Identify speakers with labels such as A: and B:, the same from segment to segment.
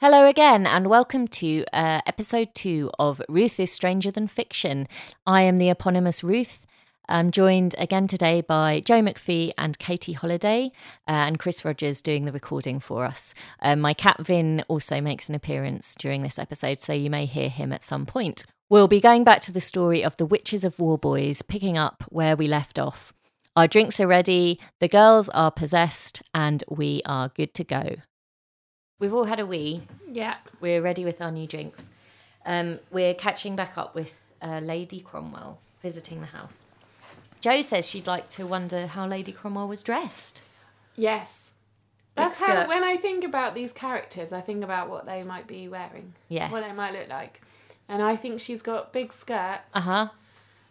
A: Hello again, and welcome to uh, episode two of Ruth is Stranger Than Fiction. I am the eponymous Ruth. I'm joined again today by Joe McPhee and Katie Holiday, uh, and Chris Rogers doing the recording for us. Uh, my cat Vin also makes an appearance during this episode, so you may hear him at some point. We'll be going back to the story of the Witches of Warboys, picking up where we left off. Our drinks are ready, the girls are possessed, and we are good to go. We've all had a wee.
B: Yeah.
A: We're ready with our new drinks. Um, we're catching back up with uh, Lady Cromwell visiting the house. Jo says she'd like to wonder how Lady Cromwell was dressed.
B: Yes. That's
C: Big
B: how
C: skirts.
B: when I think about these characters, I think about what they might be wearing,
A: Yes.
B: what they might look like. And I think she's got big skirt
A: Uh huh.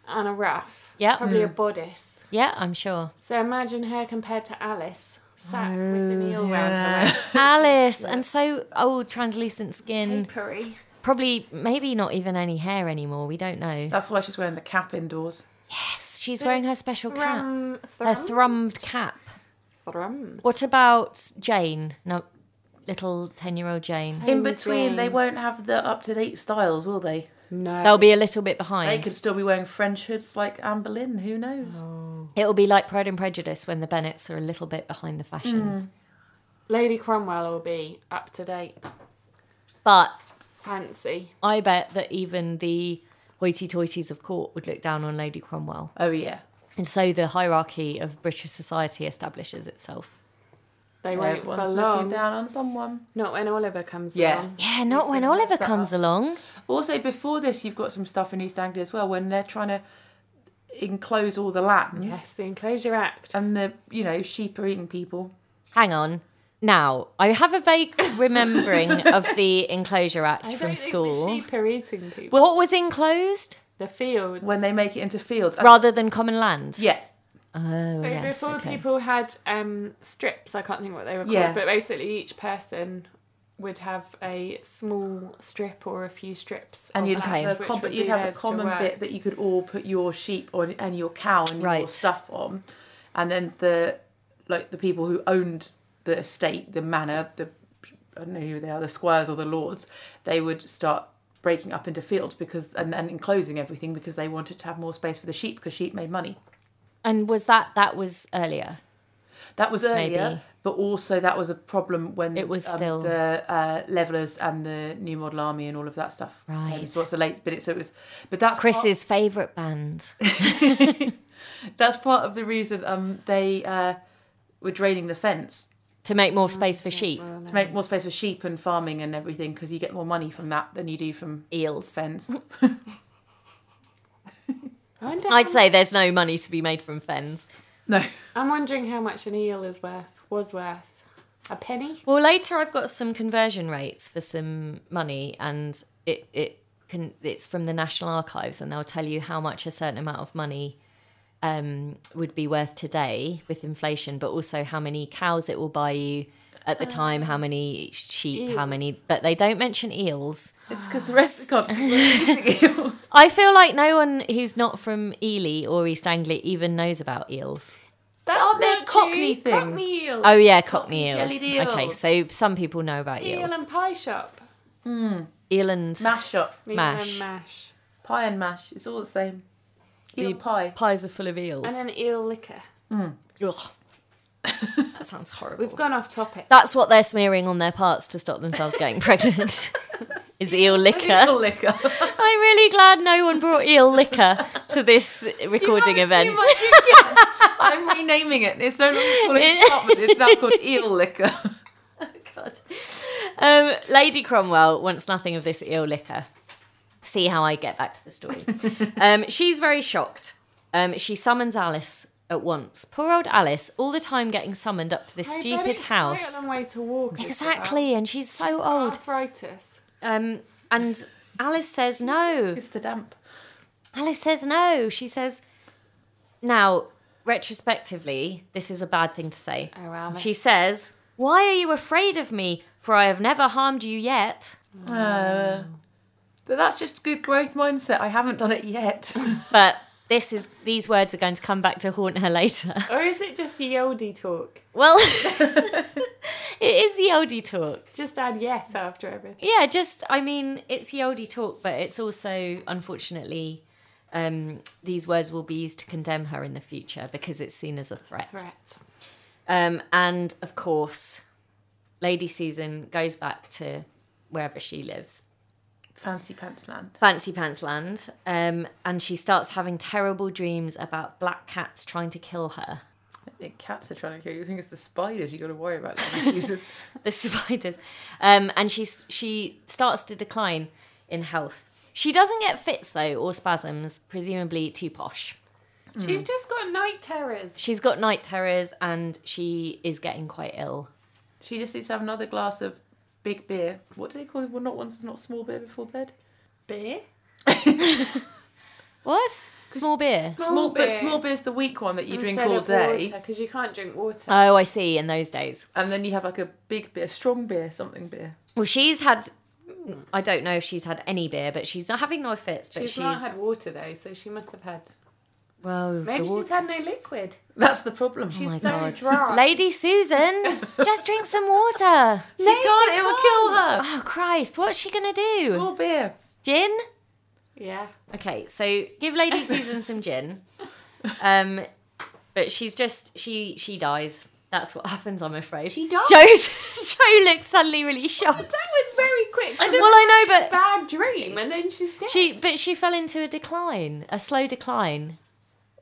B: and a ruff.
A: Yep.
B: Probably a bodice.
A: Mm. Yeah, I'm sure.
B: So imagine her compared to Alice, sat with the heel round her waist.
A: Alice, and so old, translucent skin.
B: Papery.
A: Probably, maybe not even any hair anymore. We don't know.
C: That's why she's wearing the cap indoors.
A: Yes, she's wearing her special cap,
B: Thrum,
A: her
B: thrum,
A: thrummed cap.
B: thrum.
A: What about Jane? No, little ten-year-old Jane.
C: In between, they won't have the up to date styles, will they?
B: No.
A: They'll be a little bit
C: They
A: behind.
C: could still be wearing French hoods like Anne Boleyn. Who knows?
B: Oh.
A: It'll be like Pride and Prejudice when the Bennets are a little bit behind the fashions.
B: Lady Cromwell will be up to date,
A: But
B: fancy.
A: I bet that even the hoity-toities of court would look down on Lady Cromwell,
C: Oh yeah,
A: and so the hierarchy of British society establishes itself.
B: They won't for
C: everyone's looking
B: long.
C: down on someone.
B: Not when Oliver comes
C: Yeah.
B: along.
A: Yeah, not when Oliver comes along.
C: Also, before this, you've got some stuff in East Anglia as well when they're trying to enclose all the land,
B: Yes, the Enclosure Act.
C: and the you know sheep are eating people.
A: Hang on. Now, I have a vague remembering of the Enclosure Act
B: I
A: from
B: don't
A: school.
B: Think the sheep are eating people.
A: What was enclosed
B: the fields.
C: When they make it into fields, And-
A: rather than common land?
C: yeah,
A: Oh,
B: So
A: yes.
B: Uh, before
A: okay.
B: people had um, strips, I can't think what they were called,
C: Yeah.
B: but basically each person would have a small strip or a few strips.
C: and
B: of
C: you'd
B: land,
C: have a
B: which
C: com-
B: would
C: you'd
B: be
C: have a
B: theirs to
C: common
B: work.
C: bit that you could all put your sheep on and your cow and your
A: Right.
C: stuff on, and then the like the people who owned the estate, the manor, the I don't know who they are, the squires or the lords, they would start breaking up into fields because and then enclosing everything because they wanted to have more space for the sheep because sheep made money.
A: And was that that was earlier?
C: That was earlier,
A: Maybe.
C: but also that was a problem when um,
A: It was still-
C: the uh, levelers and the new model army and all of that stuff. came.
A: Right.
C: So it's a late, but it, so it was, but
B: Oh.
C: that's part-
A: Chris's favourite band.
C: That's part of the reason um, they uh, were draining the fence
A: to make
B: Oh,
A: more space for sheep.
C: to make more space for sheep and farming and everything because you get more money from that than you do from
A: Eels.
C: fence.
B: I wonder,
A: I'd say there's no money to be made from fens.
C: no,
B: I'm wondering how much an eel is worth, was worth. A penny?
A: Well, later I've got some conversion rates for some money, and it it can it's from the National Archives, and they'll tell you how much a certain amount of money um, would be worth today with inflation, but also how many cows it will buy you at the time, how many sheep, how many. But they don't mention eels.
C: it's because the rest of the country was eating eels.
A: I feel like no one who's not from Ely or East Anglia even knows about eels.
B: That's
C: Oh, they're
B: not
C: Cockney
B: true.
C: thing.
B: Cockney eel.
A: Oh yeah, Cockney eels.
C: jellied
A: Okay,
C: eels.
A: so some people know about eels.
B: eel and pie shop.
A: Eel and
C: Mash shop,
B: Eel
A: Mash.
B: And mash.
C: pie and mash. It's all the same. Eel
A: The-
C: pie.
A: pies are full of eels.
B: And an eel liquor.
A: Ugh. that sounds horrible.
B: We've gone off topic.
A: That's what they're smearing on their parts to stop themselves getting pregnant. Is eel liquor?
C: Eel liquor.
A: I'm really glad no one brought eel liquor to this recording
C: You haven't
A: event.
C: seen my- I'm renaming it. It's no longer called a shop. It's now called eel liquor.
A: God. Um, Lady Cromwell wants nothing of this eel liquor. See how I get back to the story. um, she's very shocked. Um, she summons Alice at once. Poor old Alice, all the time getting summoned up to this
B: I bet
A: stupid
B: it's
A: house.
B: Quite a long way to walk. isn't it?
A: Exactly, and she's so old.
B: Arthritis.
A: Um, and Alice says no.
C: It's the damp.
A: Alice says no. She says, now, retrospectively, this is a bad thing to say.
B: Oh, Alice.
A: She says, why are you afraid of me? For I have never harmed you yet.
C: Uh, but that's just good growth mindset. I haven't done it yet.
A: But This is these words are going to come back to haunt her later.
B: Or is it just ye oldie talk?
A: Well, it is the oldie talk.
B: Just add yes after everything.
A: Yeah, just I mean, it's the oldie talk, but it's also unfortunately um, these words will be used to condemn her in the future because it's seen as a threat.
B: Threat.
A: Um, and of course, Lady Susan goes back to wherever she lives,
D: Fancy pants land.
A: Fancy Pants Land, um, and she starts having terrible dreams about black cats trying to kill her.
D: The cats are trying to kill you. I think it's the spiders you got to worry about. Lady Susan.
A: the spiders. Um, and she's, she starts to decline in health. She doesn't get fits though, or spasms, presumably too posh. Mm.
B: She's just got night terrors.
A: She's got night terrors and she is getting quite ill.
D: she just needs to have another glass of big beer. What do they call it? Well, not once is not small beer before bed.
B: Beer?
A: What? Small beer.
B: Small
D: small,
B: beer.
D: but small beer's the weak one that you drink all day,
B: Because you can't drink water.
A: Oh, I see, in those days.
D: and then you have like a big beer, strong beer, something beer.
A: Well, she's had, I don't know if she's had any beer, but she's not having no fits, but
B: she's,
A: she's,
B: not had water though, so she must have had.
A: well, the
B: Maybe
A: wa-
B: she's had no liquid.
D: That's the problem.
B: She's
A: Oh my
B: so
A: God.
B: dry.
A: Lady Susan, just drink some water.
D: she
B: No,
D: can't.
B: she
D: it will kill her.
A: Oh, Christ, what's she going to do?
D: Small beer.
A: Gin?
B: Yeah.
A: Okay, so give Lady Susan some gin. Um, but she's just she she dies. That's what happens, I'm afraid.
B: She dies?
A: Joe Joe looks suddenly really shocked.
B: That was very quick. I
A: Well, I know, but
B: bad dream, and then she's dead.
A: she but she fell into a decline, a slow decline.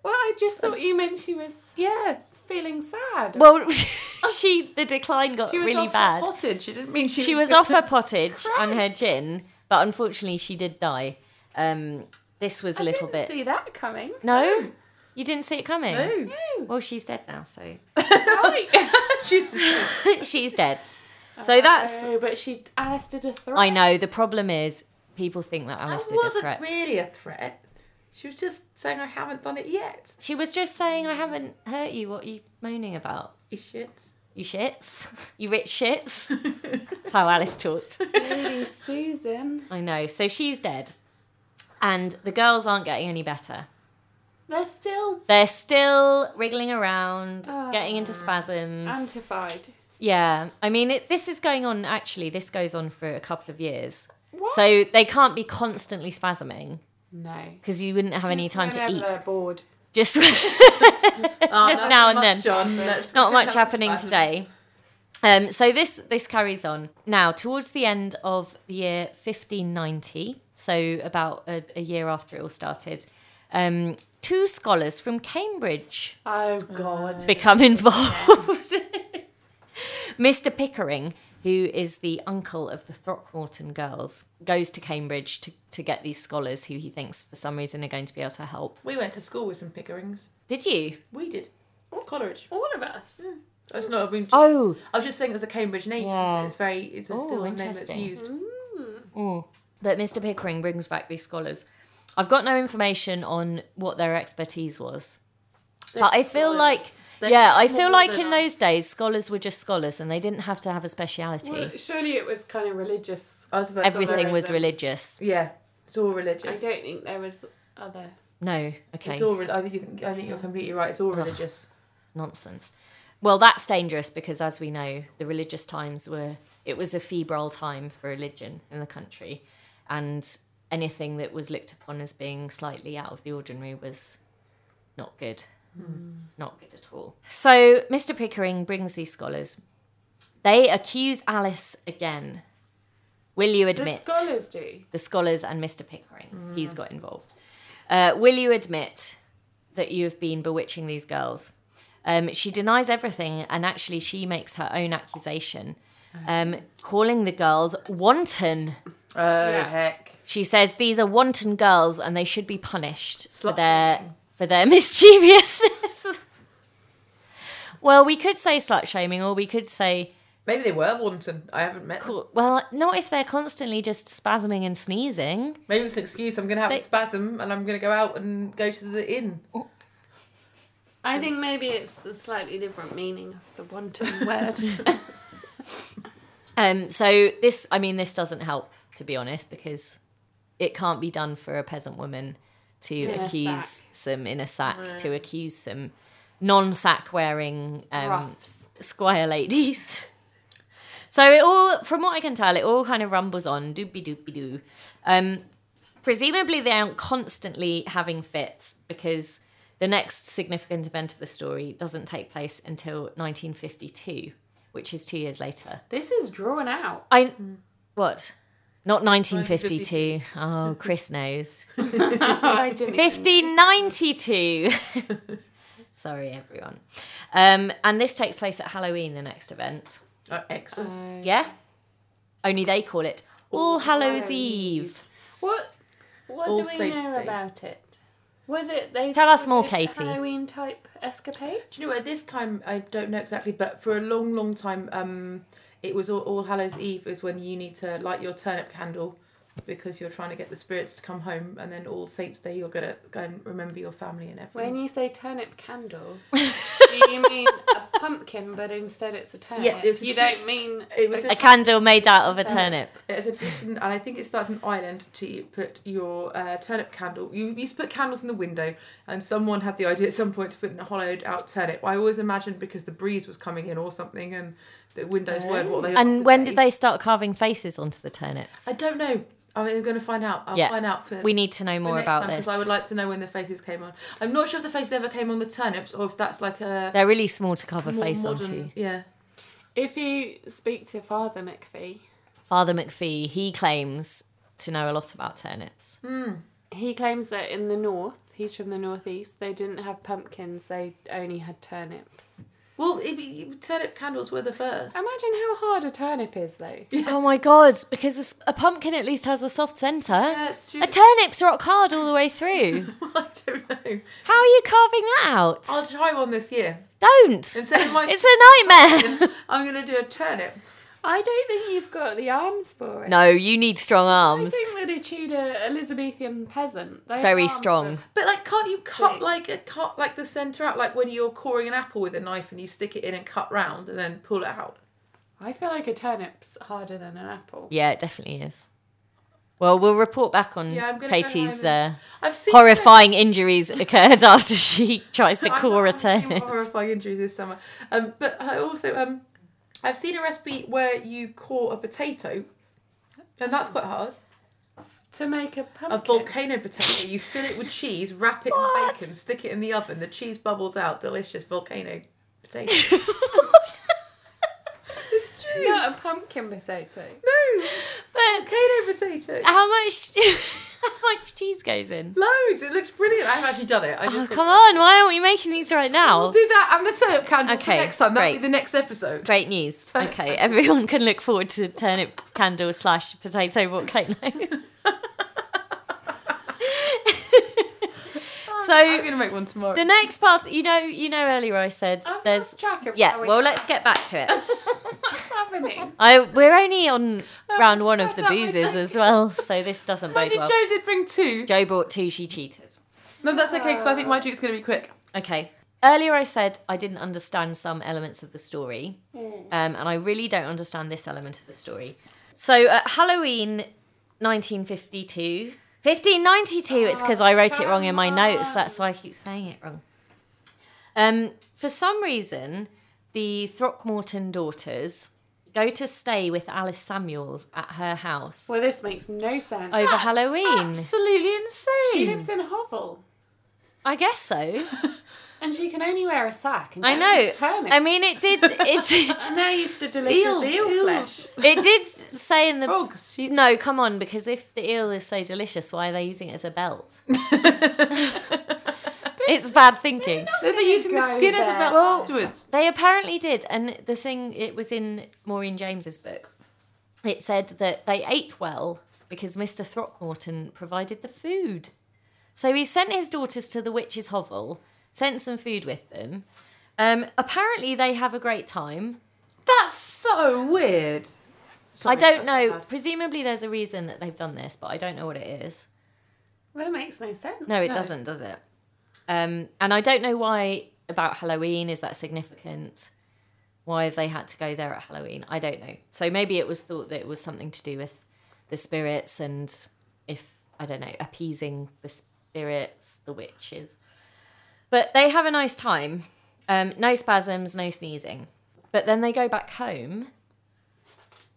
B: Well, I just thought you meant she was
D: Yeah.
B: feeling sad.
A: Uh, Well, she the decline got
D: She was
A: really
D: off her
A: bad.
D: potted. She didn't mean she.
A: She was off her pottage and her gin, but unfortunately, she did die. Um, this was a
B: I
A: little bit.
B: didn't see that coming.
A: No, you didn't see it coming.
D: No.
A: Well, she's dead now, so
B: Right.
D: She's
A: she's dead. So that's
B: Oh, but she Alistair a threat.
A: I know the problem is people think that
D: That
A: Alistair did
D: wasn't
A: threat.
D: really a threat. She was just saying, I haven't done it yet.
A: she was just saying, "I haven't hurt you. What are you moaning about?
D: You shits.
A: You shits, you rich shits." That's how Alice talked.
B: Lady Susan.
A: I know. So she's dead, and the girls aren't getting any better.
B: They're still
A: They're still wriggling around,
B: Ah.
A: getting into spasms.
B: antified.
A: yeah, I mean, it, this is going on. Actually, this goes on for a couple of years.
B: What?
A: So they can't be constantly spasming
B: no.
A: because you wouldn't have any
B: Just
A: time to
B: whenever
A: eat.
B: They're bored.
A: Just Just now and then.
D: Mm.
A: not much happening today. Um, so this this carries on now towards the end of the year 1590, so about a, a year after it all started. Um, two scholars from Cambridge
B: Oh God.
A: become involved. Mr. Pickering, who is the uncle of the Throckmorton girls, goes to Cambridge to, to get these scholars who he thinks for some reason are going to be able to help.
D: We went to school with some pickerings.
A: Did you?
D: We did. Coleridge.
B: All of us.
D: It's not. I, mean,
A: Oh,
D: I was just saying it was a Cambridge name. isn't
A: Yeah.
D: it? It's very. It's
A: Oh,
D: still a name that's
A: interesting.
D: used.
B: Mm.
A: But Mr. Pickering brings back these scholars. I've got no information on what their expertise was. but I feel
D: scholars.
A: like,
D: They're
A: yeah, I
D: more
A: feel like
D: than
A: in those days, scholars were just scholars and they didn't have to have a speciality.
B: Well, surely it was kind of religious.
D: I was about to-
A: Everything was
B: Scholars.
A: religious.
D: Yeah. It's all
B: I
D: religious.
B: don't think there was other.
A: No, okay,
D: It's all. Re- I think. You think I think you're completely right. It's all religious.
A: nonsense. Well, that's dangerous because, as we know, the religious times were, it was a febrile time for religion in the country. And anything that was looked upon as being slightly out of the ordinary was not good.
B: Hmm.
A: Not good at all. So Mr. Pickering brings these scholars. They accuse Alice again. Will you
B: The
A: admit?
B: scholars do.
A: the scholars and Mr. Pickering. He's got involved. Uh, will you admit that you have been bewitching these girls? Um, she denies everything, and actually, she makes her own accusation, um, calling the girls wanton.
D: Oh
B: Yeah.
D: heck.
A: She says these are wanton girls, and they should be punished for
D: Slut
A: their for their mischievousness. well, we could say slut shaming, or we could say,
D: Maybe they were wanton. I haven't met. them.
A: well, not if they're constantly just spasming and sneezing.
D: Maybe it's an excuse. I'm gonna have
A: They-
D: a spasm and I'm gonna go out and go to the inn.
B: I think maybe it's a slightly different meaning of the wanton word.
A: Um, so this, I mean, this doesn't help to be honest because it can't be done for a peasant woman to
B: In a
A: accuse
B: sack.
A: some in a sack to accuse some non-sack wearing um,
B: Ruffs.
A: squire ladies. So it all, from what I can tell, it all kind of rumbles on, doopy doopy doo. Um, presumably they aren't constantly having fits because the next significant event of the story doesn't take place until 1952, which is two years later.
B: This is drawn out.
A: I
C: Hmm.
A: what? Not 1952. Oh, Chris knows. Oh,
B: I didn't.
A: 1592. Sorry, everyone. Um, and this takes place at Halloween, the next event.
C: Oh, excellent.
B: even-
A: Yeah? Only they call it All Hallows Eve.
B: What? What
C: All
B: do we
C: Saints'
B: know
C: Day.
B: about it? Was it they
A: Tell us more,
B: started
A: Katie.
B: Halloween type escapades?
C: Do you know, at this time, I don't know exactly, but for a long, long time, um, it was all, all Hallows Eve is when you need to light your turnip candle because you're trying to get the spirits to come home, and then All Saints Day, you're going to go and remember your family and everything.
B: When you say turnip candle, do you mean a pumpkin, but instead it's a turnip?
C: Yeah, it's a
B: you
C: different-
B: don't mean
C: It was
A: A candle made out of a turnip.
C: It's a tradition, and I think it started in Ireland to put your uh, turnip candle. You used to put candles in the window, and someone had the idea at some point to put in a hollowed out turnip. I always imagined because the breeze was coming in or something, and the windows weren't what they are.
A: Oh. And when did
C: today.
A: they start carving faces onto the turnips?
C: I don't know. I mean, I'm going to find out. I'll
A: Yeah.
C: find out for
A: We need to know
C: for
A: more
C: next
A: about
C: time,
A: this.
C: I would like to know when the faces came on. I'm not sure if the faces ever came on the turnips or if that's like a
A: They're really small to cover
C: more
A: face
C: modern-
A: onto.
C: Yeah.
B: If you speak to Father McPhee,
A: Father McPhee, he claims to know a lot about turnips.
B: he claims that in the north, he's from the northeast, they didn't have pumpkins, they only had turnips.
C: Well, it, it, turnip candles were the first.
B: Imagine how hard a turnip is, though.
A: Oh my god, because a s- a pumpkin at least has a soft centre.
C: Yeah, Uh, it's true.
A: a turnip's rock hard all the way through.
C: I don't know.
A: How are you carving that out?
C: I'll try one this year.
A: Don't!
C: Instead of my
A: It's a nightmare!
C: I'm gonna do a turnip.
B: I don't think you've got the arms for it.
A: no, you need strong
B: I
A: arms.
B: think that a Tudor Elizabethan peasant, those
A: Very
B: arms
A: strong.
B: were-
C: But like, can't you cut
B: Wait.
C: like a cut like the center out, like when you're coring an apple with a knife and you stick it in and cut round and then pull it out?
B: I feel like a turnip's harder than an apple.
A: Yeah, it definitely is. Well, we'll report back on
C: Yeah, I'm gonna go
A: Katie's
C: home and-
A: uh,
C: I've seen
A: horrifying injuries occurred after she tries to
C: I
A: core a
C: haven't seen
A: turnip.
C: Horrifying injuries this summer. Um, but I also um, I've seen a recipe where you core a potato. And that's quite hard.
B: To make a pumpkin.
C: A volcano potato. You fill it with cheese, wrap it in
A: What?
C: bacon, stick it in the oven. The cheese bubbles out. Delicious volcano potato. it's true.
B: Not a pumpkin potato.
C: No,
A: but
C: volcano potato.
A: how much, how much cheese goes in?
C: Loads. It looks brilliant. I haven't actually done it. I
A: Oh,
C: just
A: come on, why aren't we making these right now?
C: We'll do that and the turnip candle
A: Okay,
C: for next time. That'll
A: great.
C: be the next episode.
A: Great news.
C: Turnip
A: okay, everyone can look forward to turnip candle slash potato volcano.
C: I'm
A: so
C: gonna make one tomorrow.
A: the next part, you know, you know, earlier I said
B: I've
A: there's.
B: lost track of
A: Yeah,
B: how we-
A: well, let's get back to it.
B: What's happening?
A: I we're only on round one of
C: set
A: the
C: up my
A: boozes as well, so this doesn't
C: Mind
A: bode
C: you,
A: well.
C: Joe Uh. did bring two.
A: Joe brought two. She cheated.
C: No, that's okay because I think my drink's gonna be quick.
A: Okay. Earlier, I said I didn't understand some elements of the story, um, and I really don't understand this element of the story. So, at Halloween 1952, 1592, it's because I wrote it wrong in my notes, that's why I keep saying it wrong. Um, for some reason, the Throckmorton daughters go to stay with Alice Samuels at her house
B: Well, this makes no sense.
A: over Halloween.
C: Absolutely insane.
B: she lives in a hovel,
A: I guess so.
B: and she can only wear a sack. And
A: I
B: she
A: know.
B: eats turnips.
A: I mean, it did. It did.
B: I'm now used to delicious
C: Eels,
B: eel
C: eels.
B: flesh.
A: It did say in the
D: Oh,
C: Frogs. She...
A: No, come on, because if the eel is so delicious, why are they using it as a belt? it's bad thinking.
C: They're using the
B: Go
C: skin as a
B: there.
C: belt
A: Well-
C: afterwards.
A: They apparently did, and the thing it was in Maureen James's book. It said that they ate well because Mr. Throckmorton provided the food. So he sent his daughters to the witch's hovel, sent some food with them. Um, apparently, they have a great time.
C: That's so weird.
A: I
C: Sorry,
A: don't
C: that's not
A: know.
C: bad.
A: Presumably, there's a reason that they've done this, but I don't know what it is.
B: That makes no sense.
A: No, it doesn't, does it? Um, and I don't know why about Halloween is that significant. Why have they had to go there at Halloween? I don't know. So maybe it was thought that it was something to do with the spirits and if I don't know appeasing the s- spirits, the witches. But they have a nice time. Um, no spasms, no sneezing. But then they go back home,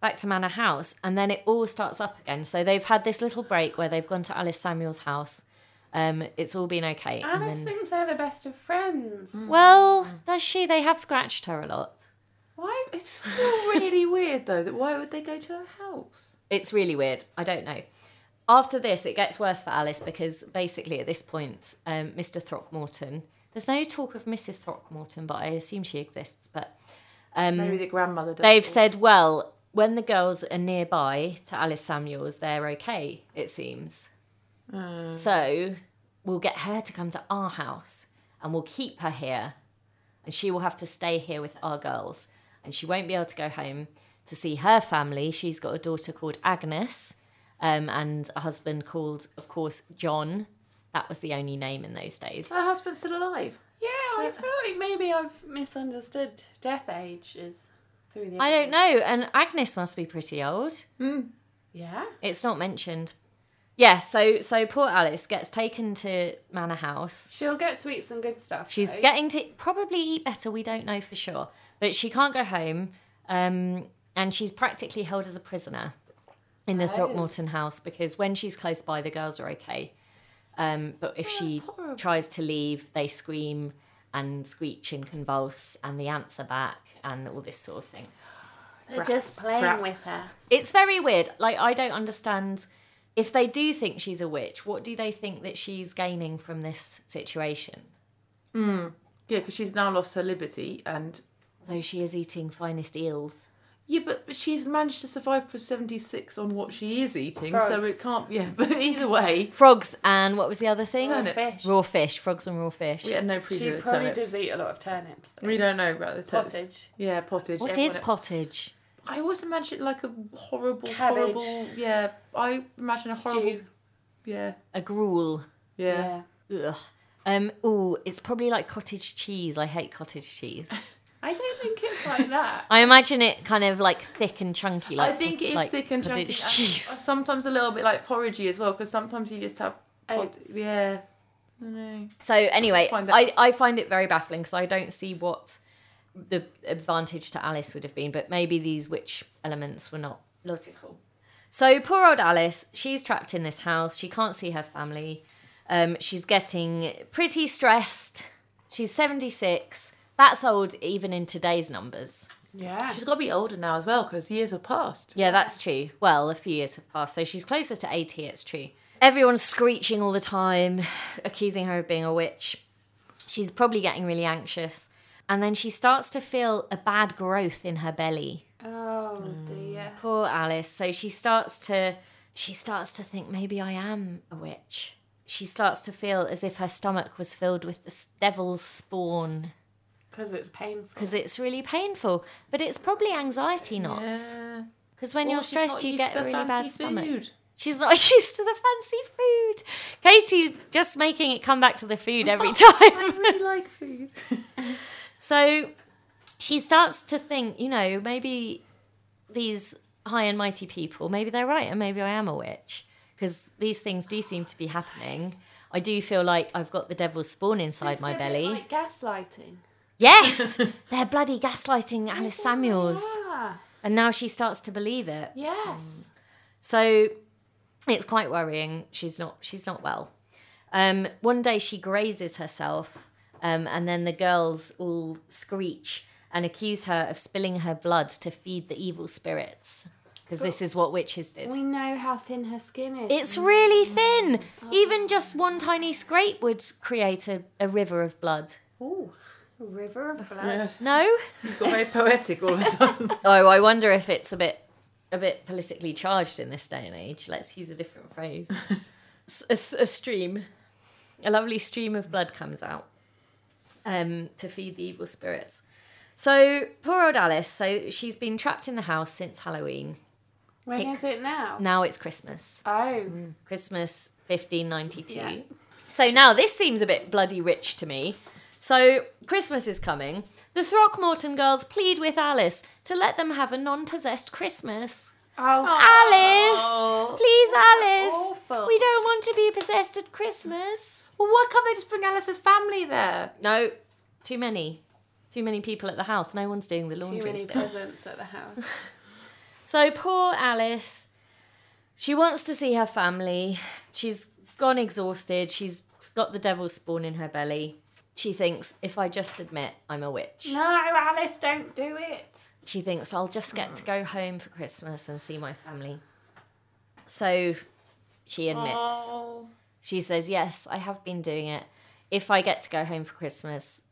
A: back to Manor House, and then it all starts up again. So they've had this little break where they've gone to Alice Samuel's house. Um, it's all been okay. and
B: Alice
A: then- Mm.
B: thinks they're the best of friends.
A: well, does she? They have scratched her a lot.
B: Why?
D: It's still really weird though that why would they go to her house?
A: It's really weird. I don't know. After this, it gets worse for Alice because basically at this point, um, Mr. Throckmorton. There's no talk of Mrs. Throckmorton, but I assume she exists. But um,
D: Maybe the grandmother. does
A: Mm. they've
D: it.
A: said, well, when the girls are nearby to Alice Samuels, they're okay. It seems. So we'll get her to come to our house, and we'll keep her here, and she will have to stay here with our girls, and she won't be able to go home to see her family. She's got a daughter called Agnes um, and a husband called, of course, John. That was the only name in those days.
D: her husband's still alive.
B: Yeah, I feel like maybe I've misunderstood death age is through the.
A: I don't know. And Agnes must be pretty old.
B: Yeah.
A: It's not mentioned. Yeah, so so poor Alice gets taken to Manor House.
B: She'll get to eat some good stuff.
A: She's
B: though.
A: getting to probably eat better. We don't know for sure, but she can't go home, um, and she's practically held as a prisoner in
D: Oh.
A: the Throckmorton house because when she's close by, the girls are okay. Um, but if she
D: Oh, that's horrible.
A: tries to leave, they scream and screech and convulse, and the ants are back, and all this sort of thing.
B: They're just playing
D: brats.
B: with her.
A: It's very weird. Like I don't understand if they do think she's a witch. What do they think that she's gaining from this situation?
D: Yeah, because she's now lost her liberty and
A: Though she is eating finest eels.
D: yeah, but she's managed to survive for seventy six on what she is eating, so
B: Frogs.
D: it can't. Yeah, but either way,
A: frogs and what was the other thing?
D: Turnip.
B: Fish.
A: Raw fish, frogs and raw fish.
D: we had no
B: She
D: preview of
B: probably
D: turnips.
B: does eat a lot of turnips. though.
D: We don't know about the turnips.
B: Pottage.
D: Yeah, pottage.
A: What
D: everyone-
A: is pottage?
D: I always imagine it like a horrible,
B: Cabbage.
D: horrible. Yeah, I imagine a horrible.
B: Stew.
D: Yeah,
A: A gruel.
D: yeah.
B: Yeah.
A: Ugh. Um, ooh, it's probably like cottage cheese. I hate cottage cheese.
B: I don't think it's like that.
A: I imagine it kind of like thick and chunky.
D: I
A: Like,
D: think it's
A: like
D: thick and chunky.
A: cottage
D: and
A: cheese.
D: Sometimes a little bit like porridgey as well, because sometimes you just have. Pot-
B: Oats.
D: yeah. I know.
A: So anyway,
D: Find that
A: I,
D: out.
A: I find it very baffling because I don't see what the advantage to Alice would have been, but maybe these witch elements were not logical. So poor old Alice, she's trapped in this house. She can't see her family. Um, she's getting pretty stressed. She's 76. That's old even in today's numbers.
B: Yeah.
D: She's got to be older now as well, because years have passed.
A: Yeah, that's true. Well, a few years have passed, so she's closer to 80, it's true. Everyone's screeching all the time, accusing her of being a witch. She's probably getting really anxious. And then she starts to feel a bad growth in her belly.
B: Oh dear.
A: Poor Alice. So she starts to she starts to think maybe I am a witch. She starts to feel as if her stomach was filled with the s- devil's spawn
B: Because it's painful.
A: because it's really painful, but it's probably anxiety knots.
D: Yeah.
A: Because when
D: Or
A: you're
D: she's
A: stressed,
D: not
A: you
D: used
A: get
D: to
A: a
D: the
A: really bad
D: fancy
A: stomach.
D: food.
A: She's not used to the fancy food. Katie's just making it come back to the food every time.
D: I really like food.
A: so she starts to think, you know, maybe these high and mighty people, maybe they're right and maybe I am a witch because these things do seem to be happening. I do feel like I've got the devil's spawn inside
B: It's
A: my
B: a bit
A: belly.
B: Like gaslighting. Oh,
A: Yes! they're bloody gaslighting Alice Samuels. Mm.
B: Ah,
A: And now she starts to believe it.
B: yes.
A: So it's quite worrying. She's not she's not well. Um, one day she grazes herself, um, and then the girls all screech and accuse her of spilling her blood to feed the evil spirits. Because this is what witches did.
B: We know how thin her skin is.
A: It's really thin. Even just one tiny scrape would create a, a river of blood.
B: Ooh, a river of blood.
A: No?
D: It got very poetic all of a sudden.
A: Oh, I wonder if it's a bit a bit politically charged in this day and age. Let's use a different phrase. S- a, s- a stream, a lovely stream of blood comes out um, to feed the evil spirits. So poor old Alice. So she's been trapped in the house since Halloween.
B: When
A: Pick-
B: is it now?
A: Now it's Christmas.
B: Oh,
A: Mm. Christmas 1592.
B: Yeah.
A: So now this seems a bit bloody rich to me. So Christmas is coming. The Throckmorton girls plead with Alice to let them have a non-possessed Christmas.
B: oh,
A: Alice,
D: Oh.
A: please, Alice.
B: awful.
A: We don't want to be possessed at Christmas.
D: Well, why can't they just bring Alice's family there?
A: No, too many. Too many people at the house. No one's doing the
B: Too
A: laundry
B: many
A: still.
B: presents at the house.
A: So poor Alice. She wants to see her family. She's gone exhausted. She's got the devil's spawn in her belly. She thinks, if I just admit I'm a witch,
B: no, Alice, don't do it.
A: she thinks I'll just get to go home for Christmas and see my family. So she admits.
B: Oh.
A: She says, Yes, I have been doing it. If I get to go home for Christmas,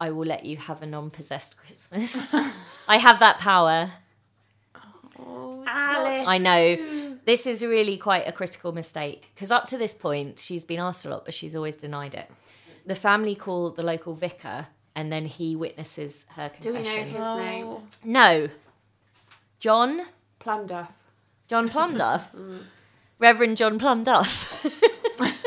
A: I will let you have a non possessed Christmas. I have that power.
D: oh,
B: Alice.
A: I know. This is really quite a critical mistake because up to this point, she's been asked a lot, but she's always denied it. The family call the local vicar and then he witnesses her
B: Do we know
A: confession.
B: his
D: Oh.
B: name?
A: no. John,
B: Plumduff.
A: John Plumduff,
B: Mm.
A: Reverend John Plumduff.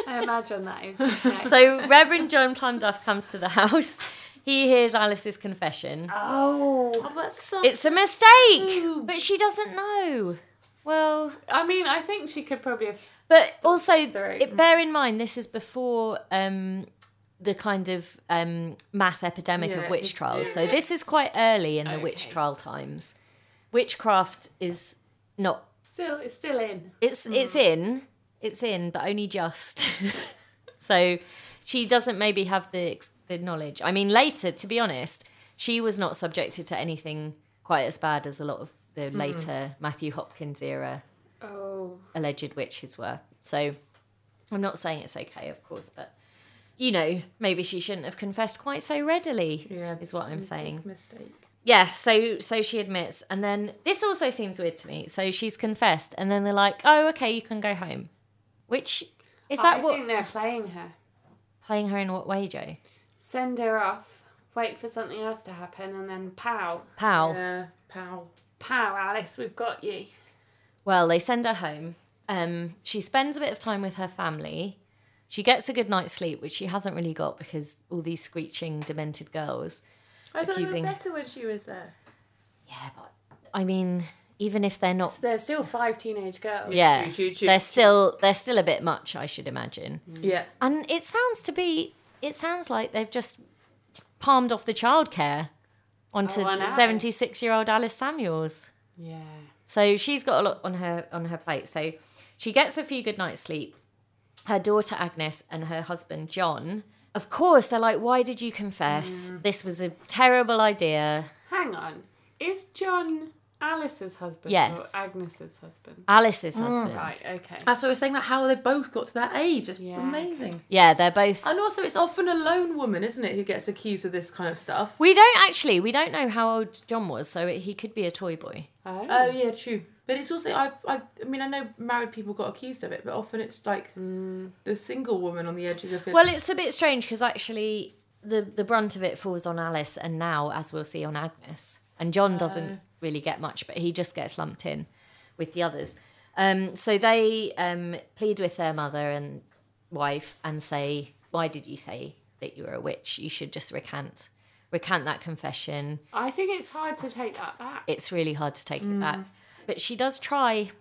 B: I imagine that is his name.
A: so Reverend John Plumduff comes to the house. He hears Alice's confession.
B: oh.
D: that's so.
A: It's a mistake, but she doesn't know. Well,
B: I mean, I think she could probably have.
A: But also,
B: Through.
A: it, bear in mind this is before um, the kind of um, mass epidemic
D: Yeah,
A: of witch
D: it's-
A: trials. So this is quite early in the witch
B: Okay.
A: trial times. Witchcraft is not.
B: Still, it's still in.
A: It's it's in. It's in, but only just. so she doesn't maybe have the ex- the knowledge. I mean, later, to be honest, she was not subjected to anything quite as bad as a lot of the later Matthew Hopkins era
B: Oh.
A: alleged witches were. So I'm not saying it's okay, of course, but you know, maybe she shouldn't have confessed quite so readily.
D: Yeah.
A: Is what I'm saying.
D: mistake.
A: Yeah, so so she admits and then this also seems weird to me. So she's confessed and then they're like, "Oh, okay, you can go home." Which is that
B: I
A: what
B: think they're playing her.
A: playing her in what way, Joe?
B: Send her off. Wait for something else to happen, and then pow,
A: Pow.
D: Yeah, pow.
B: pow, Alice, we've got you.
A: Well, they send her home. Um, she spends a bit of time with her family. She gets a good night's sleep, which she hasn't really got because all these screeching, demented girls.
D: I thought
A: Accusing.
D: it was better when she was there.
A: Yeah, but I mean, even if they're not,
B: So there's still five teenage girls.
A: yeah,
D: Choo, choo, choo,
A: they're
D: choo.
A: still they're still a bit much, I should imagine.
D: Yeah.
A: And it sounds to be, it sounds like they've just palmed off the childcare onto
B: Oh, I know.
A: seventy-six-year-old Alice Samuels.
B: Yeah.
A: So she's got a lot on her on her plate. So she gets a few good nights sleep. Her daughter Agnes and her husband John, of course, they're like, "Why did you confess?
B: Mm.
A: This was a terrible idea."
B: Hang on. Is John Alice's husband
A: Yes. Uh,
B: or Agnes's husband?
A: Alice's husband.
B: Mm. Right, okay.
D: That's what I was saying about how they both got to that age. It's
B: Yeah.
D: amazing.
A: Yeah, they're both
D: And also, it's often a lone woman, isn't it, who gets accused of this kind of stuff?
A: We don't actually. We don't know how old John was, so he could be a toy boy.
B: Oh.
D: Oh yeah, true. But it's also I, I I mean I know married people got accused of it, but often it's like the single woman on the edge of the village.
A: Well, it's a bit strange because actually the the brunt of it falls on Alice, and now, as we'll see, on Agnes. And John doesn't really get much, but he just gets lumped in with the others. Um, so they um, plead with their mother and wife and say, "Why did you say that you were a witch? You should just recant, recant that confession."
B: I think it's hard to take that back.
A: it's really hard to take it back. But she does try.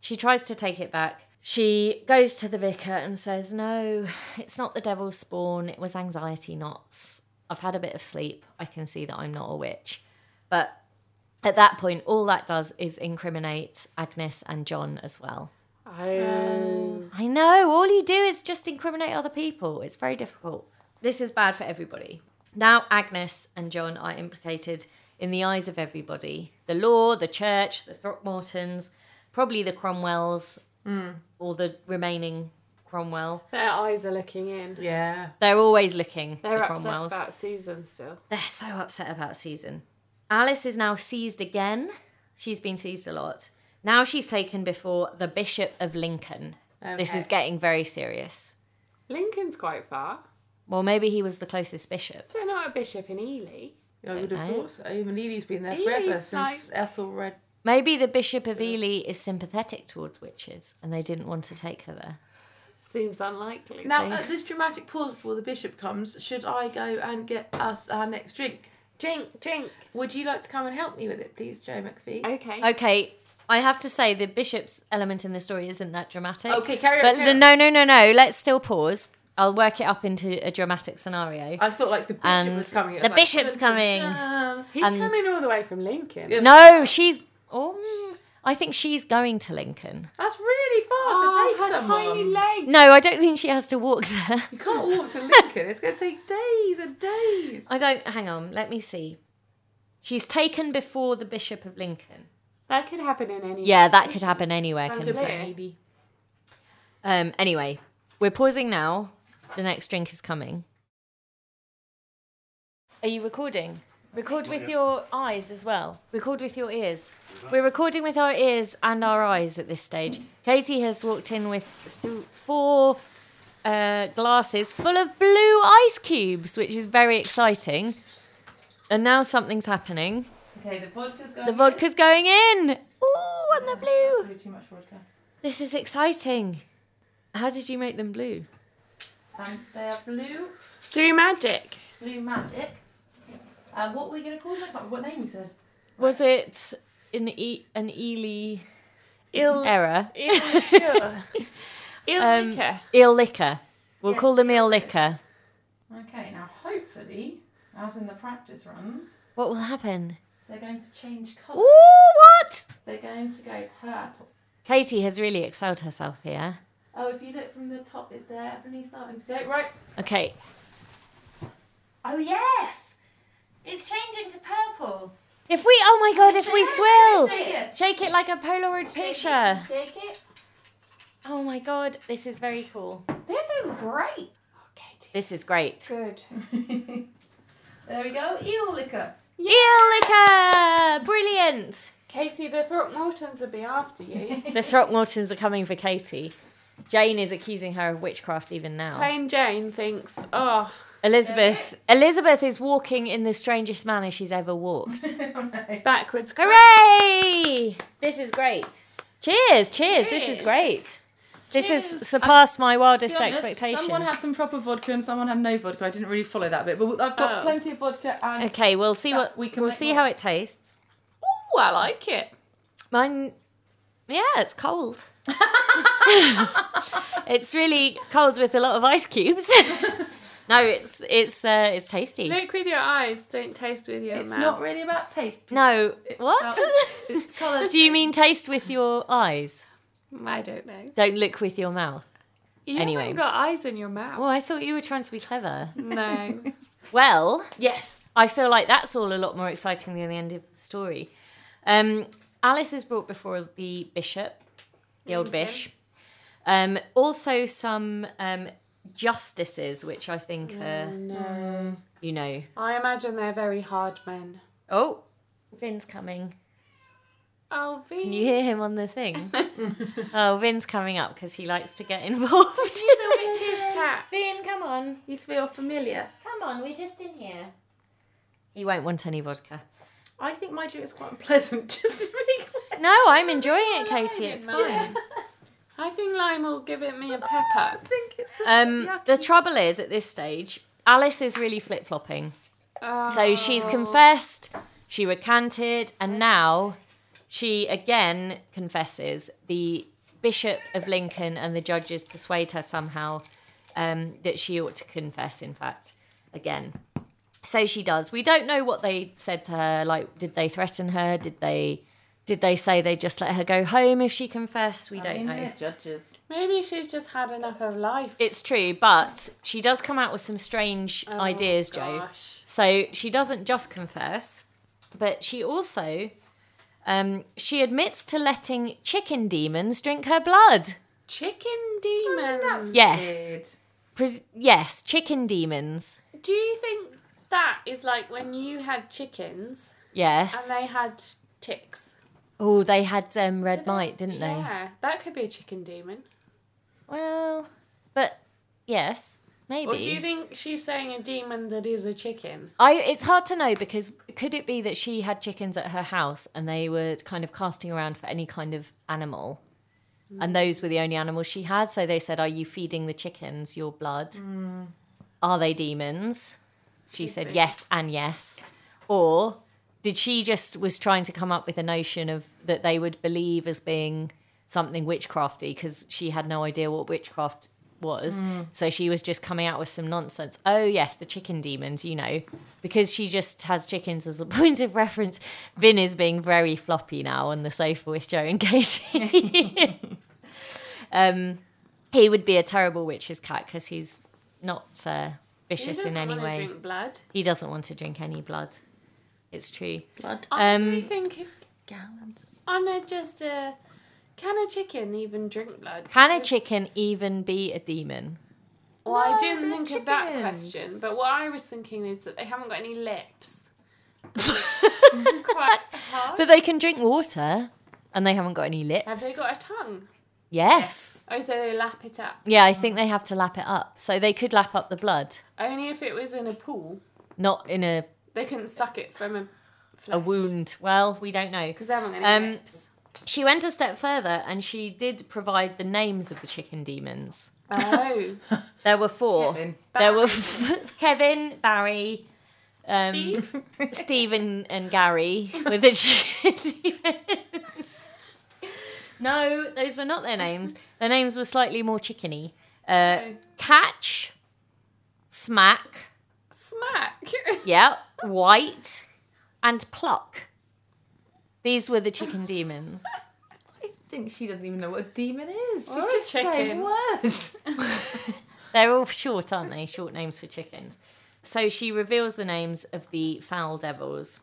A: She tries to take it back. She goes to the vicar and says, No, it's not the devil's spawn. It was anxiety knots. I've had a bit of sleep. I can see that I'm not a witch. But at that point, all that does is incriminate Agnes and John as well.
B: Oh.
A: I know. All you do is just incriminate other people. It's very difficult. This is bad for everybody. Now, Agnes and John are implicated in the eyes of everybody the law, the church, the Throckmortons, probably the Cromwells, or the remaining Cromwell.
B: Their eyes are looking in.
D: yeah.
A: They're always looking,
B: They're
A: the
B: upset
A: Cromwells.
B: about Susan still.
A: They're so upset about Susan. Alice is now seized again. She's been seized a lot. Now she's taken before the Bishop of Lincoln. This
D: Okay.
A: is getting very serious.
B: Lincoln's quite far.
A: Well, maybe he was the closest bishop.
B: They're not a bishop in Ely.
D: I would have
A: know.
D: thought so. Even Evie's been there
B: Evie's
D: forever
B: like-
D: since Ethelred.
A: Maybe the Bishop of Ely is sympathetic towards witches and they didn't want to take her there.
B: Seems unlikely.
D: Now,
A: They-
D: at this dramatic pause before the bishop comes, should I go and get us our next drink?
B: Jink, jink.
D: Would you like to come and help me with it, please, Joe McPhee?
B: Okay.
A: Okay, I have to say the bishop's element in the story isn't that dramatic.
D: Okay, carry on,
A: But
D: carry on.
A: no, no, no, no. Let's still pause. I'll work it up into a dramatic scenario.
D: I thought like the bishop
A: And
D: was coming. It was
A: Um, the
D: like,
A: bishop's
D: dun,
A: coming.
D: dun.
B: He's
A: And-
B: coming all the way from Lincoln.
D: Yeah.
A: no, she's. Oh, I think she's going to Lincoln.
D: That's really far
B: Oh,
D: to take
B: her
D: someone.
B: tiny leg.
A: No, I don't think she has to walk there.
D: You can't walk to Lincoln. It's going to take days and days.
A: I don't. Hang on. Let me see. She's taken before the Bishop of Lincoln.
B: That could happen in any.
A: Yeah, that could happen anywhere,
B: Sounds
A: couldn't it?
B: amazing.
D: Maybe.
A: Um, anyway, we're pausing now. The next drink is coming. Are you recording? Record with your eyes as well. Record with your ears. We're recording with our ears and our eyes at this stage. Katie has walked in with th- four uh, glasses full of blue ice cubes, which is very exciting. And now something's happening.
D: Okay, the vodka's going.
A: The
D: in.
A: vodka's going in. Ooh, and they're blue.
D: Probably too much vodka.
A: This is exciting. How did you make them blue?
D: Um, they are blue,
B: Through magic.
D: blue magic. Uh, what were we going to call them? I can't remember What name you said?
A: Was it an e- an Ely
B: Ill.
A: error?
B: Ill liquor. Ill
A: Um,
B: liquor.
A: Eel liquor. We'll
D: Yes,
A: call them eel
D: eel
A: liquor.
D: Okay, now hopefully, as in the practice runs,
A: What will happen?
D: they're going to change
A: Ooh,
D: colour.
A: what?
D: They're going to go purple.
A: Katie has really excelled herself here.
D: Oh, if you look from the top, it's definitely starting to go right.
A: Okay. Oh yes, it's changing to purple. If we, oh my god, if we swill,
D: it.
A: shake it like a Polaroid picture.
B: Shake it.
A: Oh my god, this is very cool.
B: This is great. Okay,
A: This is great.
B: good.
D: there we go. Eel liquor.
A: Eel liquor, brilliant.
B: Katie, the Throckmortons will be after you.
A: The Throckmortons are coming for Katie. Jane is accusing her of witchcraft even now.
B: Plain Jane thinks, oh,
A: Elizabeth Elizabeth is walking in the strangest manner she's ever walked.
B: backwards.
A: Hooray! This is great. Cheers, cheers, this is
B: Cheers.
A: great. This
D: Cheers.
A: has surpassed my wildest
D: be honest,
A: expectations.
D: Someone had some proper vodka and someone had no vodka. I didn't really follow that bit, but I've got
B: Oh.
D: plenty of vodka and
A: okay, we'll see
D: Stuff
A: what
D: we
A: we
D: can
A: will
D: make
A: see
D: more.
A: how it tastes.
B: Oh, I like it.
A: Mine Yeah, it's cold. it's really cold with a lot of ice cubes. no, it's it's uh, it's tasty.
B: Look with your eyes, don't taste with your
D: it's
B: mouth.
D: not really about taste.
A: No.
D: It's
A: what?
D: about- It's colour.
A: Do you mean taste with your eyes?
B: I don't know.
A: Don't look with your mouth.
B: You
A: Anyway.
B: haven't got eyes in your mouth.
A: Well, I thought you were trying to be clever.
B: No.
A: Well,
D: Yes.
A: I feel like that's all a lot more exciting than the end of the story. Um, Alice is brought before the bishop, the old
B: Okay.
A: bish. Um, also, some um, justices, which I think are,
D: Mm.
B: no.
A: you know.
B: I imagine they're very hard men.
A: Oh, Vin's coming.
B: I'll be.
A: Can you hear him on the thing? oh, Vin's coming up because he likes to get involved.
B: the witch's cat.
A: Vin, come on.
D: You feel familiar.
A: Come on, we're just in here. He won't want any vodka.
D: I think my drink is quite pleasant, just to be clear.
A: No, I'm enjoying it, Katie. It's fine.
B: I think Lime will give it me a pep up.
D: I think it's. A
A: Um, the trouble is, at this stage, Alice is really flip flopping. So she's
D: Oh.
A: confessed, she recanted, and now she again confesses. The Bishop of Lincoln and the judges persuade her somehow um, that she ought to confess, in fact, again. So she does. We don't know what they said to her. Like, did they threaten her? Did they. Did they say they just let her go home if she confessed? We
D: I
A: don't
D: mean,
A: know.
D: they're judges.
B: Oh, Maybe she's just had enough of life.
A: It's true, but she does come out with some strange
D: Oh,
B: Oh,
A: ideas, Joe.
B: Joe.
A: So she doesn't just confess, but she also um, she admits to letting chicken demons drink her blood.
B: Chicken demons.
A: Yes.
D: Weird.
A: Pres- yes, chicken demons.
B: Do you think that is like when you had chickens and
A: Yes.
B: they had ticks?
A: Oh, they had um, red mite, didn't they?
B: Yeah, that could be a chicken demon.
A: Well, but yes, maybe.
B: Or do you think she's saying a demon that is a chicken?
A: I it's hard to know because could it be that she had chickens at her house and they were kind of casting around for any kind of animal? And those were the only animals she had, so they said, "Are you feeding the chickens your blood? Are they demons?" She said, "Yes and yes." Or Did she just was trying to come up with a notion of that they would believe as being something witchcrafty because she had no idea what witchcraft was.
B: Mm.
A: So she was just coming out with some nonsense. Oh yes, the chicken demons, you know, because she just has chickens as a point of reference. Vin is being very floppy now on the sofa with Joe and Katie. um, he would be a terrible witch's cat because he's not uh,
B: He
A: vicious in
B: doesn't
A: any
B: wanna
A: way.
B: Drink blood.
A: He doesn't want to drink any blood. It's true.
C: Blood
B: I
A: Um,
B: do think if
C: gallons.
B: on a just a can a chicken even drink blood?
A: Can a
B: Because-
A: chicken even be a demon?
B: Well, I
C: No,
B: didn't
C: they're
B: think of that
C: chickens.
B: question, but what I was thinking is that they haven't got any lips. Quite hard.
A: But they can drink water and they haven't got any lips.
B: Have they got a tongue?
A: yes.
B: Oh, so they lap it up.
A: Yeah, I think they have to lap it up. So they could lap up the blood,
B: Only if it was in a pool,
A: not in a,
B: they couldn't suck it from a
A: a wound. Well, we don't know.
B: because they haven't got any
A: Um,
B: lips.
A: She went a step further and she did provide the names of the chicken demons.
B: Oh,
A: um, There were four.
D: Kevin.
A: There were f- Kevin, Barry, um,
B: Steve?
A: Steve and, and Gary with the chickens. No, those were not their names. Their names were slightly more chickeny. Uh,
B: Okay.
A: catch, smack,
B: smack.
A: yeah, white, and pluck. These were the chicken demons.
C: I think she doesn't even know what a demon is. She's
B: Or a
C: just saying
B: chicken.
C: words.
A: They're all short, aren't they? Short names for chickens. So she reveals the names of the foul devils,